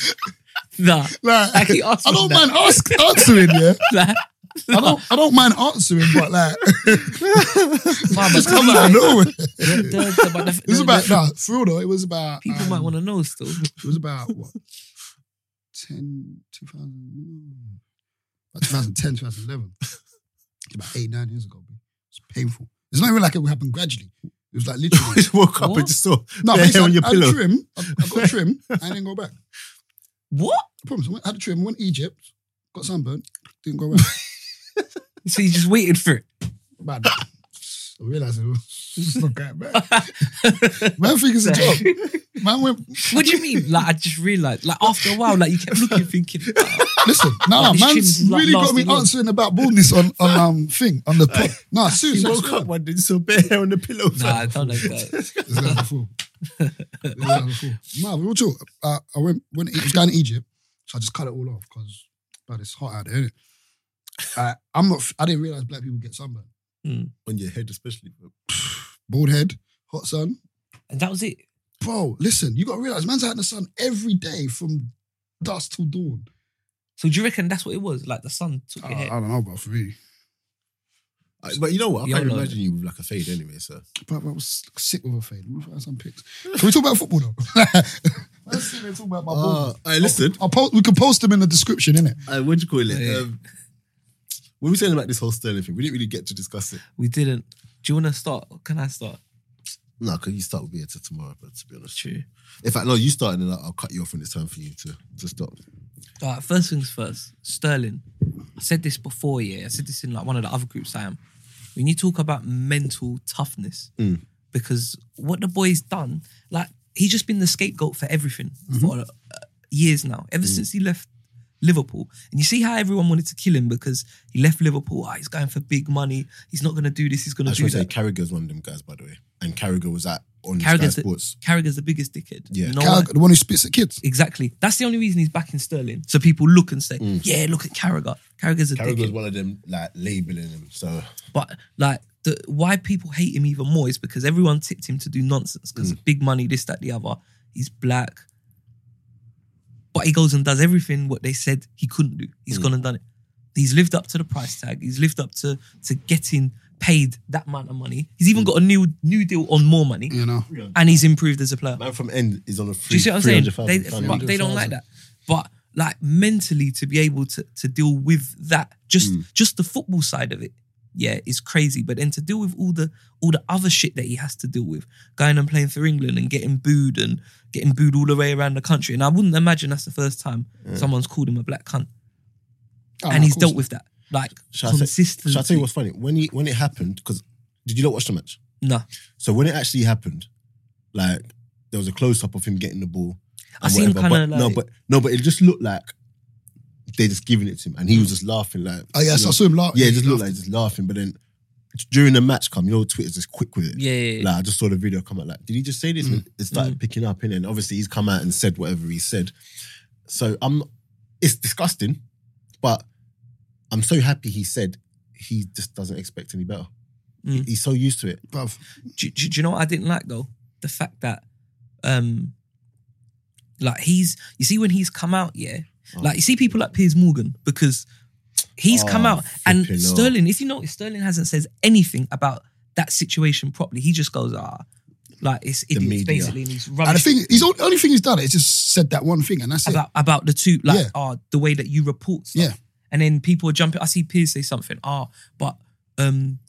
nah. Like, I keep asking I don't that. mind ask, answering, yeah. nah. I don't, I don't mind answering, but like, Nah, just but come out of nowhere. the- the- but the- It was the- about, the- nah, for real though, it was about. um, People might want to know still. It was about what? 10, 2000, about 2010, 2011. It's about eight, nine years ago. It's painful. It's not even like it happened gradually. It was like I literally. just woke up What? and just saw No, their hair on your I, had pillow. trim. I, I got trim. I didn't go back. I What? promise. I went, had a trim. Went to Egypt. Got sunburned. Didn't go back. So you just waited for it. Bad. So I realised it was it's not that bad. Man figures a job. Man went, What do you mean? Like I just realized, like after a while, like you kept looking, thinking, "Oh, listen, nah, Like, these man's trims, like, really got me lasting long. answering about baldness on, on um thing, on the pod. Nah, He seriously. woke up one day, saw bare hair on the pillow. nah, I don't like that. This guy's a fool. This guy's a fool. Nah, real talk. Uh, I went, went, I was down in Egypt, so I just cut it all off because, but it's hot out there, isn't it? Uh, I'm not, f- I didn't realize black people get sunburn. on your head, especially. bro. Bald head, hot sun. And that was it. Bro, listen, you got to realize man's out in the sun every day from dusk till dawn. So do you reckon that's what it was? Like the sun took your I, I head. don't know, but for me, I- But you know what? I Yeah, can't I know. imagine you with like a fade anyway. So but I was sick with a fade. I'm gonna find some pics. Can we talk about football though? Let's sit there and talk about my Uh, baldness. I listen. I'll, po- we can post them in the description, innit? Uh, what do you call it? Yeah. Um, when we were saying about this whole Sterling thing, we didn't really get to discuss it. We didn't. Do you want to start? Or Can I start? No, because you start with me until tomorrow, but to be honest. True. In fact, no, you start and then I'll I'll cut you off when it's time for you to, to stop. All right, first things first, Sterling. I said this before, yeah. I said this in like one of the other groups I am. When you talk about mental toughness, because what the boy's done, like he's just been the scapegoat for everything for uh, years now. Ever since he left Liverpool, and you see how everyone wanted to kill him because he left Liverpool. Ah, he's going for big money. He's not going to do this. He's going I to just do want to say that. Carragher's one of them guys, by the way. And Carragher was at on Sky Carragher's Sports. the, Carragher's the biggest dickhead. Yeah. No one- Carragher, the one who spits at kids. Exactly. That's the only reason he's back in Sterling. So people look and say, "Yeah, look at Carragher. Carragher's a Carragher was dickhead." one of them like labeling him. So But like the why people hate him even more is because everyone tipped him to do nonsense because big money, this, that, the other. He's black. But he goes and does everything what they said he couldn't do. He's gone and done it. He's lived up to the price tag. He's lived up to to getting paid that amount of money. He's even got a new new deal on more money. You know, And he's improved as a player. man from end is on a free. Do you see what I'm saying? They, 300,000 pound but they don't 300,000. like that. But like mentally, to be able to to deal with that, just just the football side of it, yeah, is crazy. But then to deal with all the all the other shit that he has to deal with, going and playing for England and getting booed and getting booed all the way around the country, and I wouldn't imagine that's the first time someone's called him a black cunt, Oh, and no, he's of dealt course. with that like Shall I say- consistently. Shall I tell you what's funny? When he when it happened, because did you not watch the match? no, So when it actually happened, like there was a close up of him getting the ball. I and see him whatever, kinda but- no, like- but no, but it just looked like they just giving it to him, and he was just laughing like. Oh, yes, you know. I saw him laugh. Yeah, it just looked like just laughing. But then during the match come, you know, Twitter's just quick with it. Yeah, yeah, yeah. Mm-hmm. Like I just saw the video come out. Like, did he just say this? And it started picking up in, and obviously he's come out and said whatever he said. So I'm, it's disgusting, but I'm so happy he said he just doesn't expect any better. Mm. He's so used to it. Bruv, do, do, do you know what I didn't like though? The fact that, um, like he's you see when he's come out, yeah, like you see people like Piers Morgan because he's come Oh, out and flipping hell. Sterling. If you notice, Sterling hasn't says anything about that situation properly. He just goes ah, like it's idiots media. basically, and he's and the rubbish thing, he's the only thing he's done is just said that one thing, and that's it. about about the two like Yeah. ah the way that you report stuff. Yeah. And then people are jumping. I see Piers say something. Ah, but um,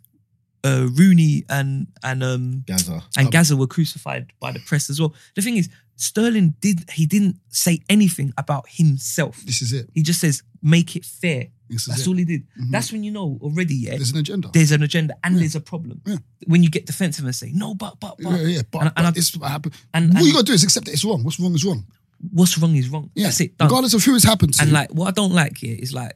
uh, Rooney and and um Gaza. and Gaza were crucified by the press as well. The thing is, Sterling did he didn't say anything about himself. This is it. He just says make it fair. This is That's it. Mm-hmm. all he did. That's when you know already. Yeah, There's an agenda. there's an agenda and there's a problem. When you get defensive and say no, but but but, yeah, yeah, but, and, and I- but it's what happened. and- what you and- got to do is accept that it's wrong. What's wrong is wrong. what's wrong is wrong. Yeah. That's it. Done. Regardless of who it's happened to. And like what I don't like here is like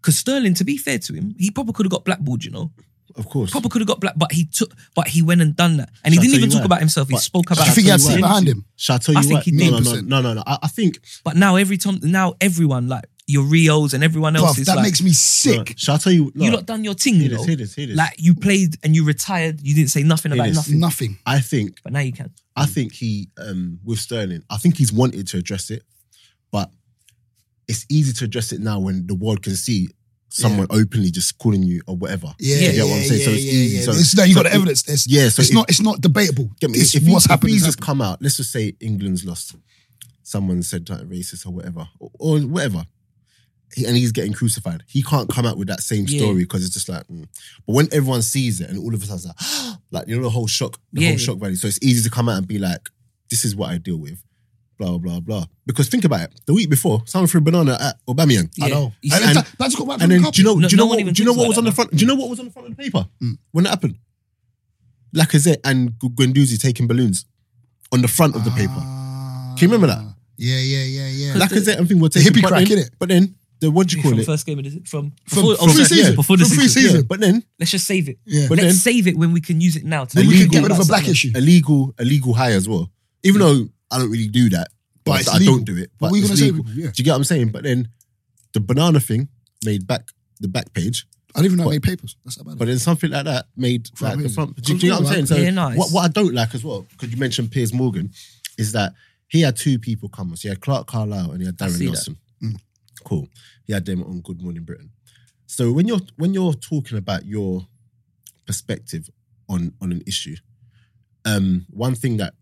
because Sterling, to be fair to him, he probably could have got blackballed. You know, Of course. probably could have got black, but he took, but he went and done that, and he Shall I didn't tell even you talk why? about himself. He But- spoke Do about. do you think he had Shall I something tell you behind him? Shall I tell you I think what? he no, did. no, no, no, no, no. I, I think. But now every time, now everyone like your Rios and everyone else Bruv, is that like, makes me sick. No, shall I tell you? No, you lot done your thing. Hear You this, know, hear this, hear this. like you played and you retired. You didn't say nothing about this. nothing, Nothing. I think but now you can. Hmm. I think he um, with Sterling, I think he's wanted to address it, but it's easy to address it now when the world can see someone openly just calling you or whatever. Yeah, you yeah, get yeah, what I'm saying? yeah, so it's yeah, easy. So, it's, no, you got so the evidence. It's, yeah, so it's if- not. It's not debatable. Get me? It's If, what's he, happened. if is he just happened. come out, let's just say England's lost. Someone said something racist or whatever, or, or whatever. He- and he's getting crucified. He can't come out with that same Yeah. story because it's just like, mm. but when everyone sees it and all of a sudden, it's like, like you know, the whole shock, the Yeah. whole shock value. So it's easy to come out and be like, "This is what I deal with," blah blah blah. Because think about it. The week before, someone threw a banana at Aubameyang. Yeah. know. You And, see- and- That- that's got back and from then the do you know? No- do you no know one what? even Do you know thinks what like was on that the front? Do you know what was on the front of the paper when it happened? Lacazette and Gu- Guendouzi taking balloons on the front of the paper. Ah. Can you remember that? Yeah, yeah, yeah, yeah. Like- Lacazette and thing were taking hippie but crack, then- innit? But then the what do you call from it? first game of the from, From- before, from oh, sorry, pre-season. yeah, before the From season. pre-season. Yeah, but then Let's just save it. Yeah. But Let's then- save it when we can use it now. To Then we Illegal. could get rid of a That's black something. issue. illegal, illegal hires were. Even though I don't really do that, But but it's I legal. don't do it. What But were you it's gonna say? legal. Yeah. Do you get what I'm saying? But then the banana thing made back the back page, I don't even know how But- made papers. That's how bad. but it then something like that made Front like, the page. front. Do, you- do you know what I'm saying? So Yeah, nice. what, what I don't like as well, because you mentioned Piers Morgan, is that he had two people come on. So he had Clark Carlisle and he had I Darren see that. Nelson. Mm. Cool. He had them on Good Morning Britain. So when you're when you're talking about your perspective on on an issue, um, one thing that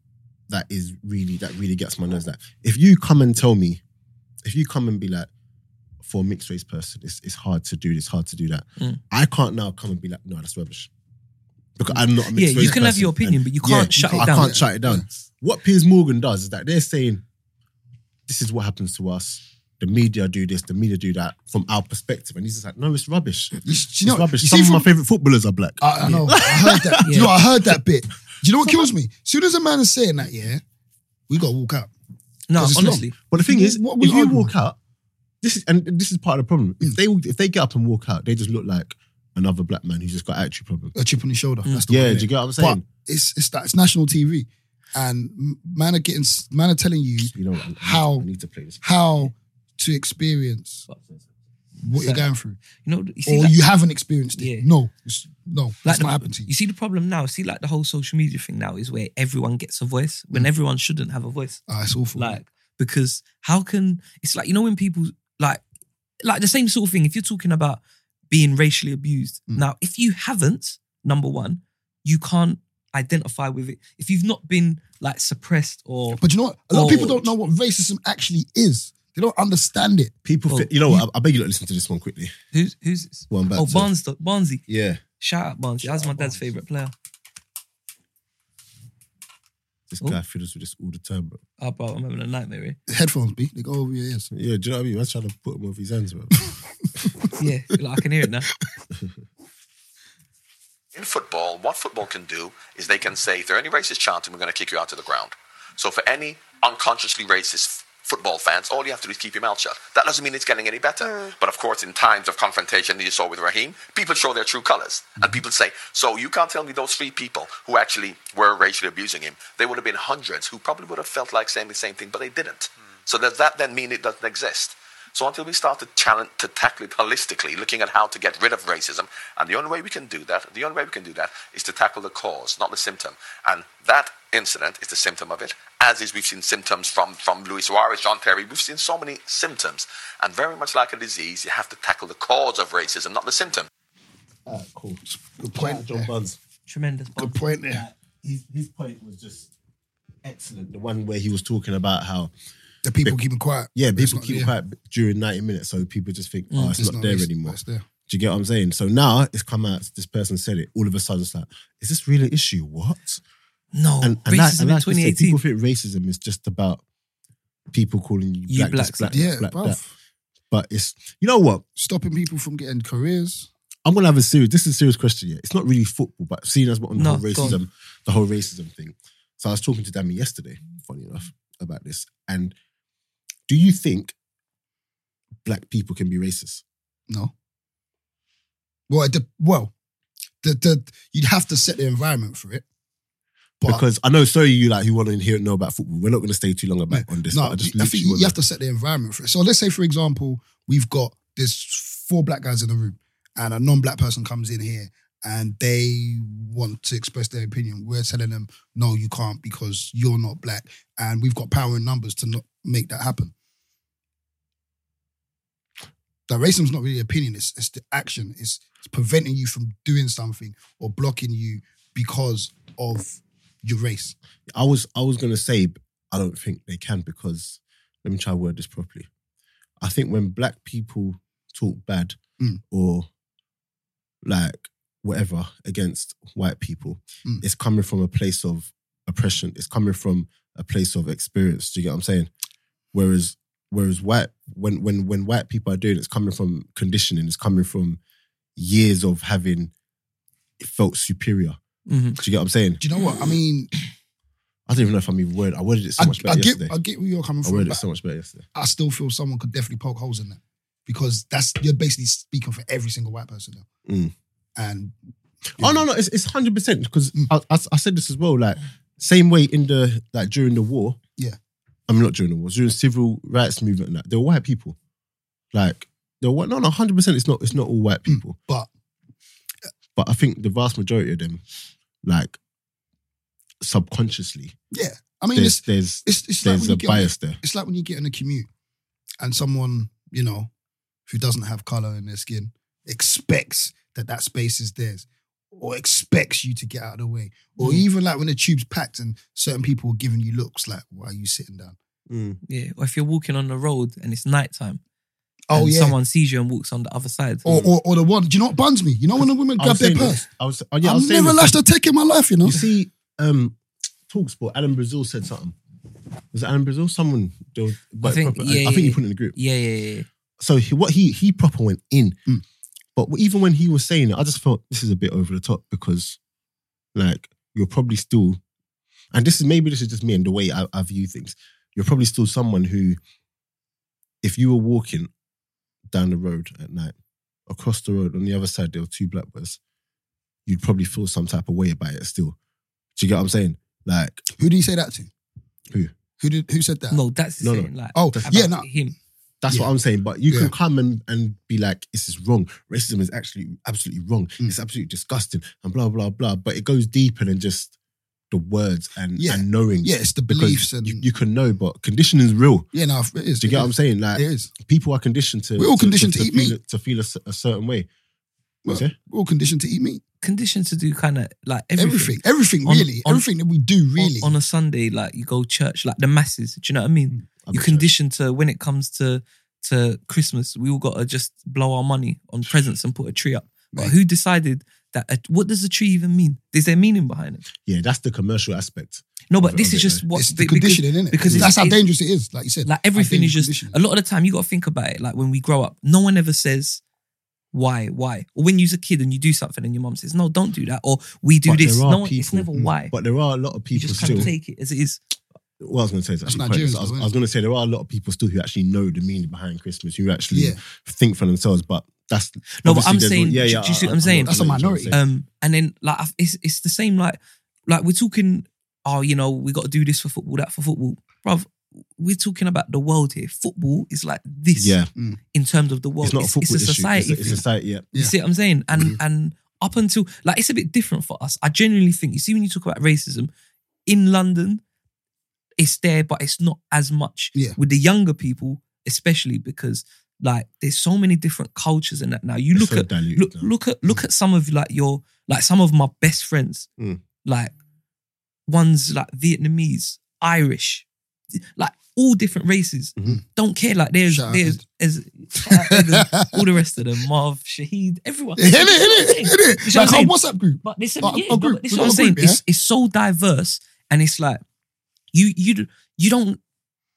that is really that really gets my nerves. That if you come and tell me, if you come and be like, for a mixed race person, it's it's hard to do this, hard to do that. Mm. I can't now come and be like, no, that's rubbish, because I'm not a Yeah, mixed race. you can have person your opinion, and- but you Yeah, can't shut I it down. can't shut it down. What Piers Morgan does is that they're saying, this is what happens to us. The media do this, the media do that from our perspective, and he's just like, no, it's rubbish. is. You, s- you know, it's rubbish. you Some see of from, my favorite footballers are black. I, I know. I heard that. You know, Yeah. I heard that bit. Do you know what kills me? soon as a man is saying that, yeah, we gotta walk out. No, 'Cause it's honestly, But the thing is, What was if you arguing? walk out, this is and this is part of the problem. If they if they get up and walk out, they just look like another black man who's just got attitude problem. A chip on his shoulder. That's the Mm. Yeah, one, do you innit? get what I'm But saying? it's it's that it's national TV, and m- man are getting s- man are telling you you know, what, I need- How- I need to play this. how to experience what you're Exactly. going through, you know, you see, or like, you haven't experienced it. Yeah. No, it's, no, that's the- not happened to you. you see the problem now. See, like the whole social media thing now is where everyone gets a voice Mm. when everyone shouldn't have a voice. Ah, it's awful. Like, because how can it's like you know when people like like the same sort of thing. If you're talking about being racially abused, Mm. now if you haven't, number one, you can't identify with it. If you've not been like suppressed or But you know what? A lot Oh. of people don't know what racism actually is. They don't understand it. People, Oh. fi- you know, what, I, I bet you lot listen to this one quickly. who's who's this? Well, I'm back oh to- Barnes Barnsley. Yeah, Shout out Barnsley. That's my dad's favorite player. this Oh. guy fiddles with this all the time, bro. Oh bro, I'm having a nightmare. here. Headphones, B. They go oh, over your ears. Yeah, do you know what I mean? I'm trying to put him off his hands, bro. Yeah, like, I can hear it now. In football, what football can do is they can say, if there are any racist chanting, we're going to kick you out to the ground. So for any unconsciously racist f- football fans, all you have to do is keep your mouth shut. That doesn't mean it's getting any better. But of course, in times of confrontation, you saw with Raheem, people show their true colors. And people say, so you can't tell me those three people who actually were racially abusing him, they would have been hundreds who probably would have felt like saying the same thing, but they didn't. So does that then mean it doesn't exist? So until we start to challenge, to tackle it holistically, looking at how to get rid of racism, and the only way we can do that, the only way we can do that is to tackle the cause, not the symptom. And that incident is the symptom of it, as is we've seen symptoms from, from Luis Suarez, John Terry. We've seen so many symptoms. And very much like a disease, you have to tackle the cause of racism, not the symptom. Ah, cool. Good point. John there. Barnes. Tremendous. Good Barnsley. point there. His, his point was just excellent. The one where he was talking about how The people keeping quiet. yeah, It's people not keep there. quiet during 90 minutes, so people just think, oh, it's, not, there it's- anymore. It's there. Do you get what I'm saying? So now it's come out, this person said it, all of a sudden it's like, is this really an issue? What? No, And, and, like, Oh, racism and like in you said, 2018. people think racism is just about people calling you, You black, blacks. this, black, Yeah, that, black, bruv. that. But it's, you know what? Stopping people from getting careers. I'm gonna have a serious. This is a serious question. Yeah, it's not really football, but seeing as what on the No, whole go on. racism, the whole racism thing. So I was talking to Dami yesterday, funny enough, about this. And do you think black people can be racist? No. Well, the, well, the, the, you'd have to set the environment for it. But because I know, sorry, you like who want to hear know about football. We're not gonna stay too long about on this. no, but I just I literally think you wanna- have to set the environment for it. So let's say, for example, we've got there's four black guys in the room, and a non-black person comes in here and they want to express their opinion. We're telling them, no, you can't because you're not black, and we've got power in numbers to not make that happen. That racism's not really opinion; it's, it's the action. It's, it's preventing you from doing something or blocking you because of your race. I was I was gonna say I don't think they can because let me try and word this properly. I think when black people talk bad Mm. or like whatever against white people, Mm. it's coming from a place of oppression. It's coming from a place of experience. Do you get what I'm saying? Whereas whereas white when when when white people are doing it, it's coming from conditioning, it's coming from years of having felt superior. Mhm. Do you get what I'm saying? Do you know what? I mean, I don't even know if I'm even word. I worded it so I, much better I get yesterday. I get where you're coming I from. worded but it so much better yesterday. I still feel someone could definitely poke holes in that because that's you're basically speaking for every single white person now. Mm. And Oh no, no, it's it's hundred percent because Mm. I, I I said this as well. Like same way in the like during the war. Yeah. I mean not during the war, during civil rights movement. And that there were white people. Like there were no, no, hundred percent. It's not it's not all white people, Mm, but but I think the vast majority of them, like subconsciously, yeah, I mean, there's it's there's it's it's like there's when you a get on- bias there. it's like when you get in a commute and someone you know who doesn't have color in their skin expects that that space is theirs or expects you to get out of the way or Mm. Mhm. even like when the tube's packed and certain people are giving you looks like why are you sitting down Yeah. Or if you're walking on the road and it's nighttime, oh and yeah someone sees you and walks on the other side. Mm. or, or or the one do you know what buns me you know when a woman I was grabs their saying purse this. I was, oh, yeah, I I've was saying never this. lashed a tick in my life you know You see, um, Talksport, Alan Brazil said something. Was it Alan Brazil? Someone, they were- but think- proper- yeah, I think yeah, you put it in the group. yeah, yeah, yeah. So he, what he he proper went in, Mm. but even when he was saying it, I just felt this is a bit over the top because, like, you're probably still, and this is maybe this is just me and the way I, I view things. You're probably still someone who, if you were walking down the road at night, across the road on the other side there were two black boys, you'd probably feel some type of way about it still. Do you get what I'm saying? Like, who did he say that to Who? who did who said that No, that's the No, no. same. Like, Uh, oh That's- yeah about no him. That's Yeah. what I'm saying. But you Yeah. can come and, and be like, this is wrong. Racism is actually absolutely wrong. Mm. It's absolutely disgusting and blah, blah, blah. But it goes deeper than just the words and, Yeah. and knowing. yeah it's the Because beliefs and you, you can know, but conditioning is real. yeah no it is Do you it get what I'm is. saying? Like it is people are conditioned to We're all conditioned to eat feel, meat. to feel a, cer- a certain way. What's Well, that? we're all conditioned to eat meat Conditioned to do kind of like everything. Everything, everything, On- really, on- everything that we do, On- really. On, a Sunday, like you go church, like the masses. Do you know what I mean? Mm, I'm you not conditioned to when it comes to to Christmas, we all gotta just blow our money on presents and put a tree up. But Right. who decided that? A, what does a tree even mean? Is there meaning behind it? sure. Yeah, that's the commercial aspect. No, Of but it, this of is it, just what it's the because- conditioning, isn't it? because it's- that's how it's- dangerous it is. Like you said, Like everything is dangerous just conditioning. a lot of the time you got to think about it. Like when we grow up, no one ever says why, why. Or when you're a kid and you do something and your mum says no, don't do that, or we do But this. there are No, one, it's people- never why. But there are a lot of you people just kind still. of take it as it is. Well, I was going to say it's That's actually pointless. Nigerians, I was, though, I innit? was going to say there are a lot of people still who actually know the meaning behind Christmas, who actually Yeah. think for themselves. But that's No, but obviously I'm there's- saying- do you see what I'm I- I- saying? I That's a know what you're minority. saying. Um, and then like I've- it's it's the same. Like like we're talking. Oh, you know, we got to do this for football, that for football, bruv. We're talking about the world here. Football is like this yeah, in terms of the world. it's not a football issue. It's a, society. it's a thing. society. Yeah, You Yeah. Mm-hmm. see what I'm saying? And and up until like it's a bit different for us. I genuinely think you see when you talk about racism in London, it's there, but it's not as much Yeah. with the younger people, especially because like there's so many different cultures and that now. You It's look so at diluted look now. look at Mm. look at some of like your like some of my best friends, Mm. like ones like Vietnamese, Irish, like all different races. Mhm. Don't care. Like there's Mm-hmm. Shout out there's Ed. as all the rest of them, Marv, Shahid, everyone. In it, in it, But in it. You know Like what our I'm WhatsApp group. this, Our- yeah, our no, group, but this we is got what I'm a saying. group, yeah? It's, it's so diverse, and it's like you you you don't.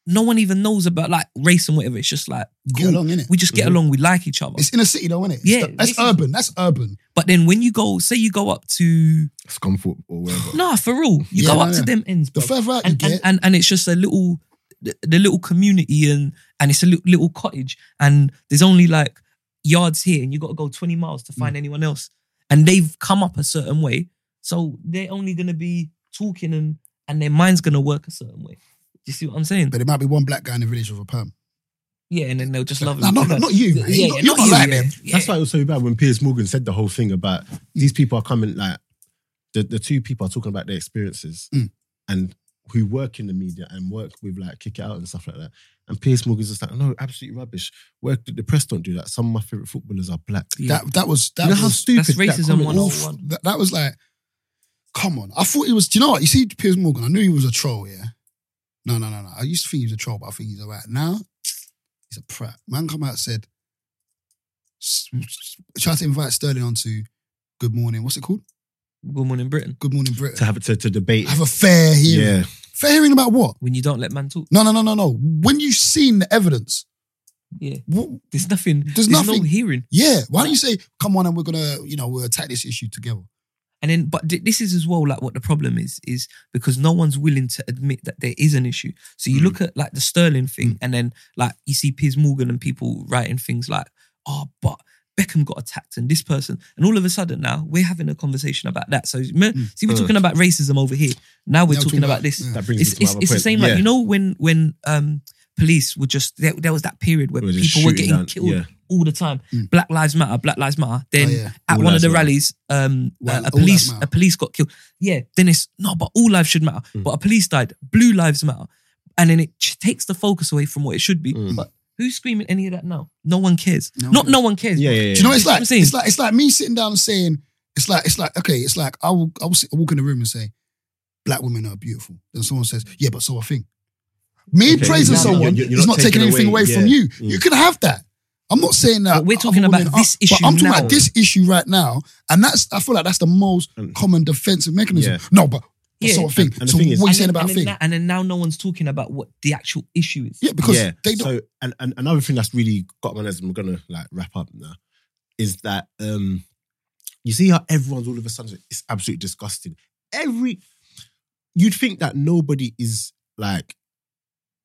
No one even knows about like race and whatever. It's just like Get cool. along, innit? we just get Mhm. along. We like each other. Mm-hmm. It's in a city, though, innit? It's Yeah, the- that's basically. urban. That's urban. But then when you go, say you go up to Scunthorpe or wherever. nah, for real, you Yeah, go no, up to no. them ends. The bro. further out you and, and, get, and and it's just a little the, the little community and and it's a little, little cottage and there's only like yards here and you got to go 20 miles to Mm. find anyone else and they've come up a certain way so they're only going to be talking and and their mind's going to work a certain way do you see what I'm saying? but there might be one black guy in the village with a perm. yeah, and then they'll just love Nah, it. not- not you, man. Yeah, Not- yeah, not you, like yeah, them. yeah. That's why it was so bad when Piers Morgan said the whole thing about these people are coming like the, the two people are talking about their experiences Mm. and who work in the media and work with like kick it out and stuff like that. And Piers Morgan's just like, no, absolute rubbish. Work the press don't do that. Some of my favorite footballers are black. Yeah. That that was that you know how was stupid that's that racism comment one is? on awful. one. That, that was like, come on. I thought he was. Do you know what? You see, Piers Morgan. I knew he was a troll. Yeah. No, no, no, no. I used to think he was a troll, but I think he's alright now. He's a prat. Man, come out and said, s- s- tried to invite Sterling onto Good Morning. What's it called? Good morning, Britain. Good Morning Britain. To have to, to debate. have a fair hearing. yeah. Fair hearing about what? When you don't let man talk, No, no, no, no, no. When you've seen the evidence, yeah, wh- there's nothing. There's there's no nothing. hearing. yeah. Why don't you say, come on and we're gonna, you know, we'll attack this issue together? And then, but th- this is as well like what the problem is, is because no one's willing to admit that there is an issue. So you look at like the Sterling thing, and then like you see Piers Morgan and people writing things like, oh, but Beckham got attacked and this person. And all of a sudden now we're having a conversation about that. So me- see, we're Mm. talking about racism over here. Now we're Now talking about this. yeah. That brings It's, me to my it's, other it's the point. same, Yeah. like, you know, when when um police were just, there, there was that period where They were just people were shooting getting down, killed yeah. all the time. Mm. Black Lives Matter, Black Lives Matter. Then Oh, yeah. All at one of lives the matter. rallies, um, Well, uh, a all lives police matter. a police got killed. Yeah, then it's, no, but all lives should matter. Mm. But a police died. Blue lives matter. And then it ch- takes the focus away from what it should be. Mm. But who's screaming any of that now? No one cares. No Not one no one cares. Yeah, yeah, yeah. Do you know what You see it's what like? I'm saying? It's like it's like me sitting down and saying it's like it's like okay, it's like I will I will sit, I walk in the room and say black women are beautiful. Then someone says yeah, but so I think. Me Okay, praising no, no, someone you're- you're is not not taking, taking anything away, away, from yeah. you. You can have that. I'm not saying that But we're other talking about this women aren't, but issue I'm talking now. about this issue right now, and that's I feel like that's the most Mm. common defensive mechanism. Yeah. No, but Yeah. so I think. And- and the so thing is- what are you And saying then- about and then, thing? na- and then now no one's talking about what the actual issue is. Yeah, because they don't. so and, and another thing that's really got me as I'm gonna like wrap up now is that um you see how everyone's all of a sudden it's absolutely disgusting. Every you'd think that nobody is like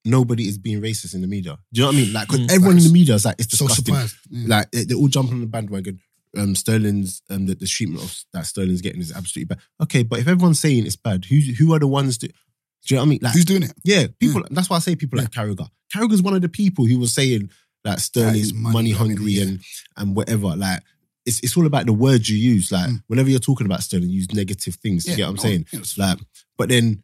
nobody is being racist in the media. Do you know what I mean? Like 'cause Mm. everyone in the media is like it's so disgusting. surprised. Yeah. like they, they all jump on the bandwagon. Um, Sterling's um, the, the treatment of that Sterling's getting is absolutely bad. Okay, but if everyone's saying it's bad, who who are the ones that? Do you know what I mean? Like, Who's doing it? yeah, Mm. people. That's why I say people like Carragher. Carragher's one of the people who was saying that Sterling's he's money money, hungry hungry, and and whatever. Like, it's it's all about the words you use. Like, whenever you're talking about Sterling, use negative things. Mm. Yeah, You get what I'm no, saying? yeah, it's- Like, but then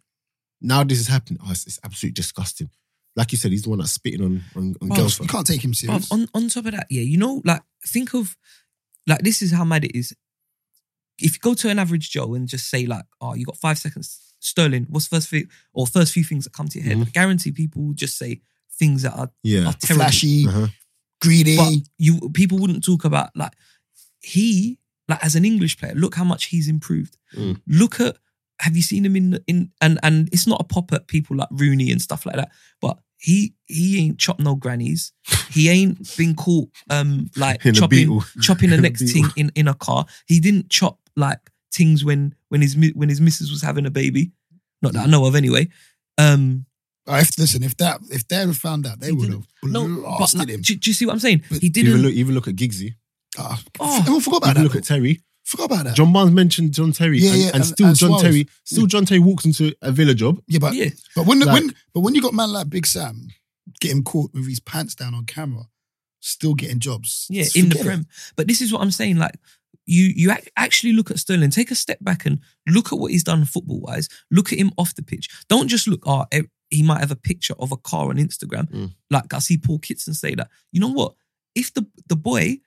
now this is happening. Oh, it's, it's absolutely disgusting. Like you said, he's the one that's spitting on on, on Oh, girls. You can't take him Bruv, serious. Oh, on on top of that, yeah, you know, like think of like this is how mad it is. If you go to an average Joe and just say like, "Oh, you got five seconds, Sterling. What's first few or first few things that come to your head?" I guarantee people will just say things that are, Yeah, are terrible. Flashy, Uh-huh. greedy. But you people wouldn't talk about like he like as an English player. Look how much he's improved. Mm. Look at have you seen him in in and and it's not a pop at people like Rooney and stuff like that. But he he ain't chopped no grannies. He ain't been caught um like In a chopping Beetle. chopping the In a next Beetle. thing in in a car. He didn't chop like things when when his mi- when his missus was having a baby. Not that I know of anyway. Um Uh, if listen, if that if they had found out, they He would have didn't. no, Oh, but blasted like, him. do, do you see what I'm saying? But He Even didn't. look, even look at Giggsy. Ah, Oh, everyone forgot about Even that. look at though. Terry. forgot about that. John Barnes mentioned John Terry, Yeah, and, yeah, and and- still and John Suarez. Terry. Still John Terry walks into a Villa job. yeah, but yeah. but when the Like- when but when you got man like Big Sam getting caught with his pants down on camera, still getting jobs. Yeah, Just in the forget prem. it. But this is what I'm saying. Like you, you ac- actually look at Sterling. Take a step back and look at what he's done football wise. Look at him off the pitch. Don't just look. Oh, eh, he might have a picture of a car on Instagram. Mm. Like I see Paul Kitson say that. You know what? If the the boy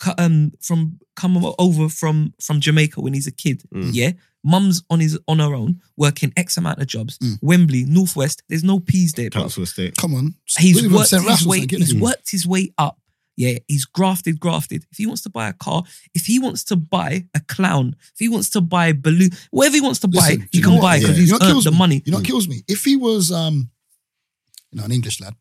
co- um from come over from from Jamaica when he's a kid, Mm. yeah. Mum's on his on her own, working X amount of jobs. Wembley, Northwest. There's no peas there, bro. Council estate. Come on, He's William worked St. Ralph's his was way. like, get He's it. worked his way up. Yeah, he's grafted, grafted. If he wants to buy a car, if he wants to buy a clown, if he wants to buy a balloon, whatever he wants to buy, Listen, he you know can what? buy Yeah. because You he's know what earned kills the me? money. You know what kills me? If he was um, you know, an English lad,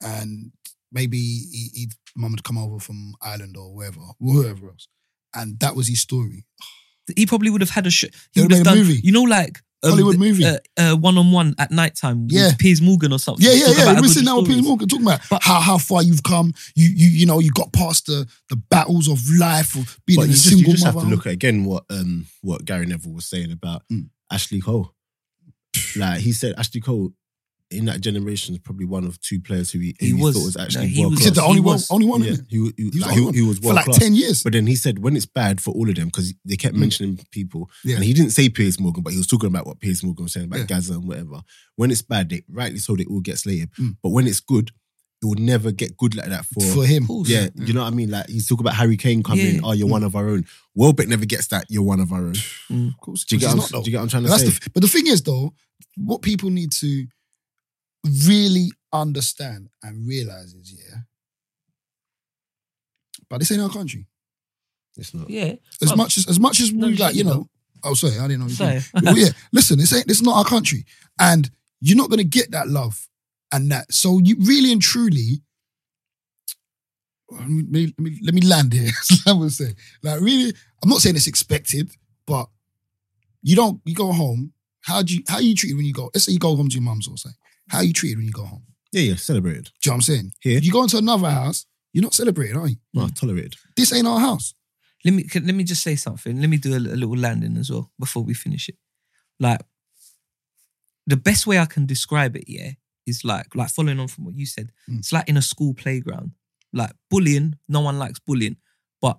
and maybe he, he mum had come over from Ireland or wherever, wherever else, and that was his story. He probably would have had a sh- he They would have made a done, movie. you know, like um, uh, Hollywood movie. one on one at night time with Yeah. Piers Morgan or something. Yeah, yeah, Talk yeah. about how We were good sitting the down with story Piers is. Morgan talking about But- how how far you've come. You you you know you got past the the battles of life of being But a you just, you single just have mother. to look at again what um what Gary Neville was saying about Mm. Ashley Cole. Like he said, Ashley Cole in that generation is probably one of two players who he, who He was. thought was No, actually he world was. he said the class. He only one, was- only one. Yeah, innit? he, wa- he, He was like, the he, only he was for world like class. ten years. Hmm. But then he said when it's bad for all of them because they kept mentioning people, Yeah. and he didn't say Piers Morgan, but he was talking about what Piers Morgan was saying about Yeah. Gaza and whatever. When it's bad, they rightly so they all get slated. Mm. But when it's good, it will never get good like that for. for him, Cool. yeah, you know what I mean. Like he's talking about Harry Kane coming Yeah. in. Oh, you're one of our own. Welbeck never gets that. You're one of our own. of course. Do you, Which get is what not I'm, though. do you get what I'm trying to But that's say? the, but the thing is, though, what people need to really understand and realize is, yeah, but this ain't our country. it's not. Yeah, As Oh. much as as much as we No, like, you you know. Oh, sorry, I didn't know. you Sorry. didn't. well, yeah, listen, this ain't this is not our country, and you're not gonna get that love and that. So you really and truly. Let me, let me, let me land here. as I would say, like, really, I'm not saying it's expected, but you don't you go home. How do you how you treated when you go? Let's say you go home to your mum's or something. How you treated when you go home? Yeah, yeah, celebrated. Do you know what I'm saying? Here, You go into another house, you're not celebrated, are you? no, tolerated. This ain't our house. Let me can- let me just say something. Let me do a, a little landing as well before we finish it. Like the best way I can describe it, yeah, is like like following on from what you said. Mm. It's like in a school playground. Like bullying, no one likes bullying, but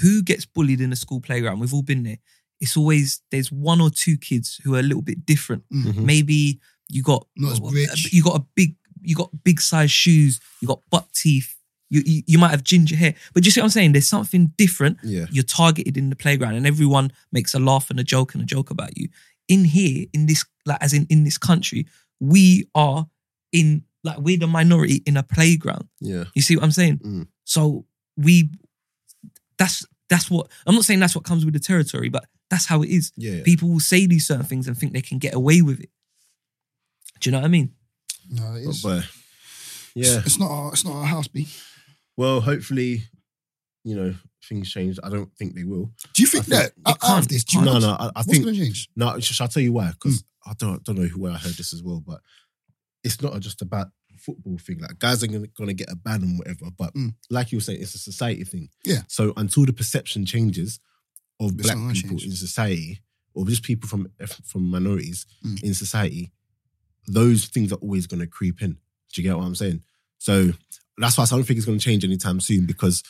who gets bullied in a school playground? We've all been there. It's always there's one or two kids who are a little bit different. Mhm. Mm-hmm. Maybe you got Hmm. Not as rich. you got a big you got big size shoes, you got butt teeth, you, you you might have ginger hair. But you see what I'm saying? There's something different. Yeah, You're targeted in the playground and everyone makes a laugh and a joke and a joke about you. In here, in this like as in in this country, we are in like we're the minority in a playground. yeah. You see what I'm saying? Mm. So we that's that's what I'm not saying that's what comes with the territory, but that's how it is. Yeah, People will say these certain things and think they can get away with it. Do you know what I mean? No, it But, is. but, yeah. It's not our it's not our house, B. Well, hopefully, you know, things change. I don't think they will. Do you think I that think- out out of can't- this, do you No, think- no. I, I what's think gonna change? No, it's just- I'll tell you why. Because Hmm. I don't don't know who- where I heard this as well, but it's not just about football thing. Like guys are gonna, gonna get a ban and whatever, but Mm. like you were saying, it's a society thing. Yeah. So until the perception changes of It's black not gonna people change. in society, or just people from eh, from minorities Mm. in society, those things are always gonna creep in. Do you get what I'm saying? So that's why I don't think it's gonna change anytime soon because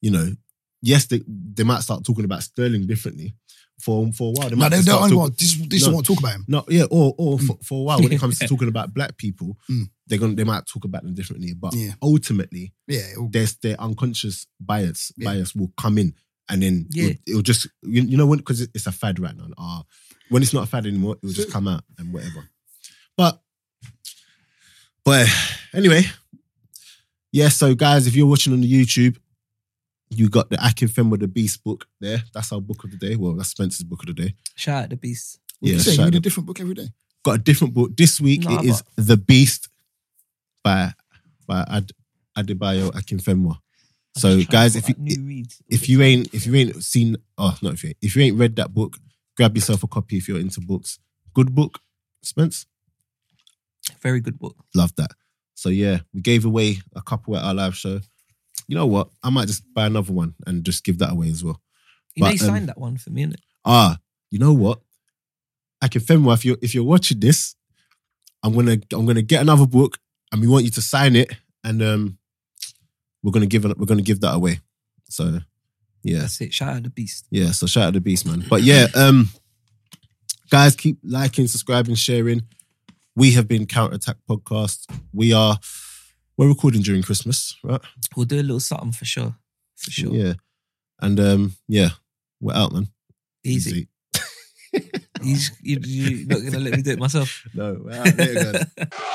you know, yes, they, they might start talking about Sterling differently. For, for a while, they No, might they just don't start only talk- want this this No. won't talk about him. no, yeah, or or for, for a while when it comes to talking about black people, Mm. they're gonna they might talk about them differently, but Yeah. ultimately Yeah, it'll- there's their unconscious bias Yeah. bias will come in and then Yeah. it'll, it'll just you, you know when because it's a fad right now. Uh, when it's not a fad anymore, it'll just come out and whatever. But but anyway, yeah. So guys, if you're watching on the YouTube. You got the Akin Fem with the Beast book there. That's our book of the day. Well, that's Spencer's book of the day. Shout out the beast. what you Yeah, saying? shout You read a out. different book every day. got a different book this week. Nah, it is The Beast by by Ad, Adebayo Akinfenwa. I'm So just trying to guys, put, if you like, new reads. if you ain't if you ain't seen oh not if you ain't, if you ain't read that book, grab yourself a copy if you're into books. Good book, Spence. very good book. Love that. So yeah, we gave away a couple at our live show. You know what? I might just buy another one and just give that away as well. You know, But, you um, signed that one for me, innit? ah, you know what? Akifenwa, if you're if you're watching this, I'm gonna I'm gonna get another book and we want you to sign it and um we're gonna give it we're gonna give that away. So yeah. That's it. Shout out the beast. Yeah, so shout out the beast, man. But yeah, um guys, keep liking, subscribing, sharing. We have been Counterattack Podcast. We are we're recording during Christmas, right? We'll do a little something for sure. For sure. Yeah. And um yeah, we're out, man. Easy. He's, you, you're not going to let me do it myself. No, we're out. Later, guys.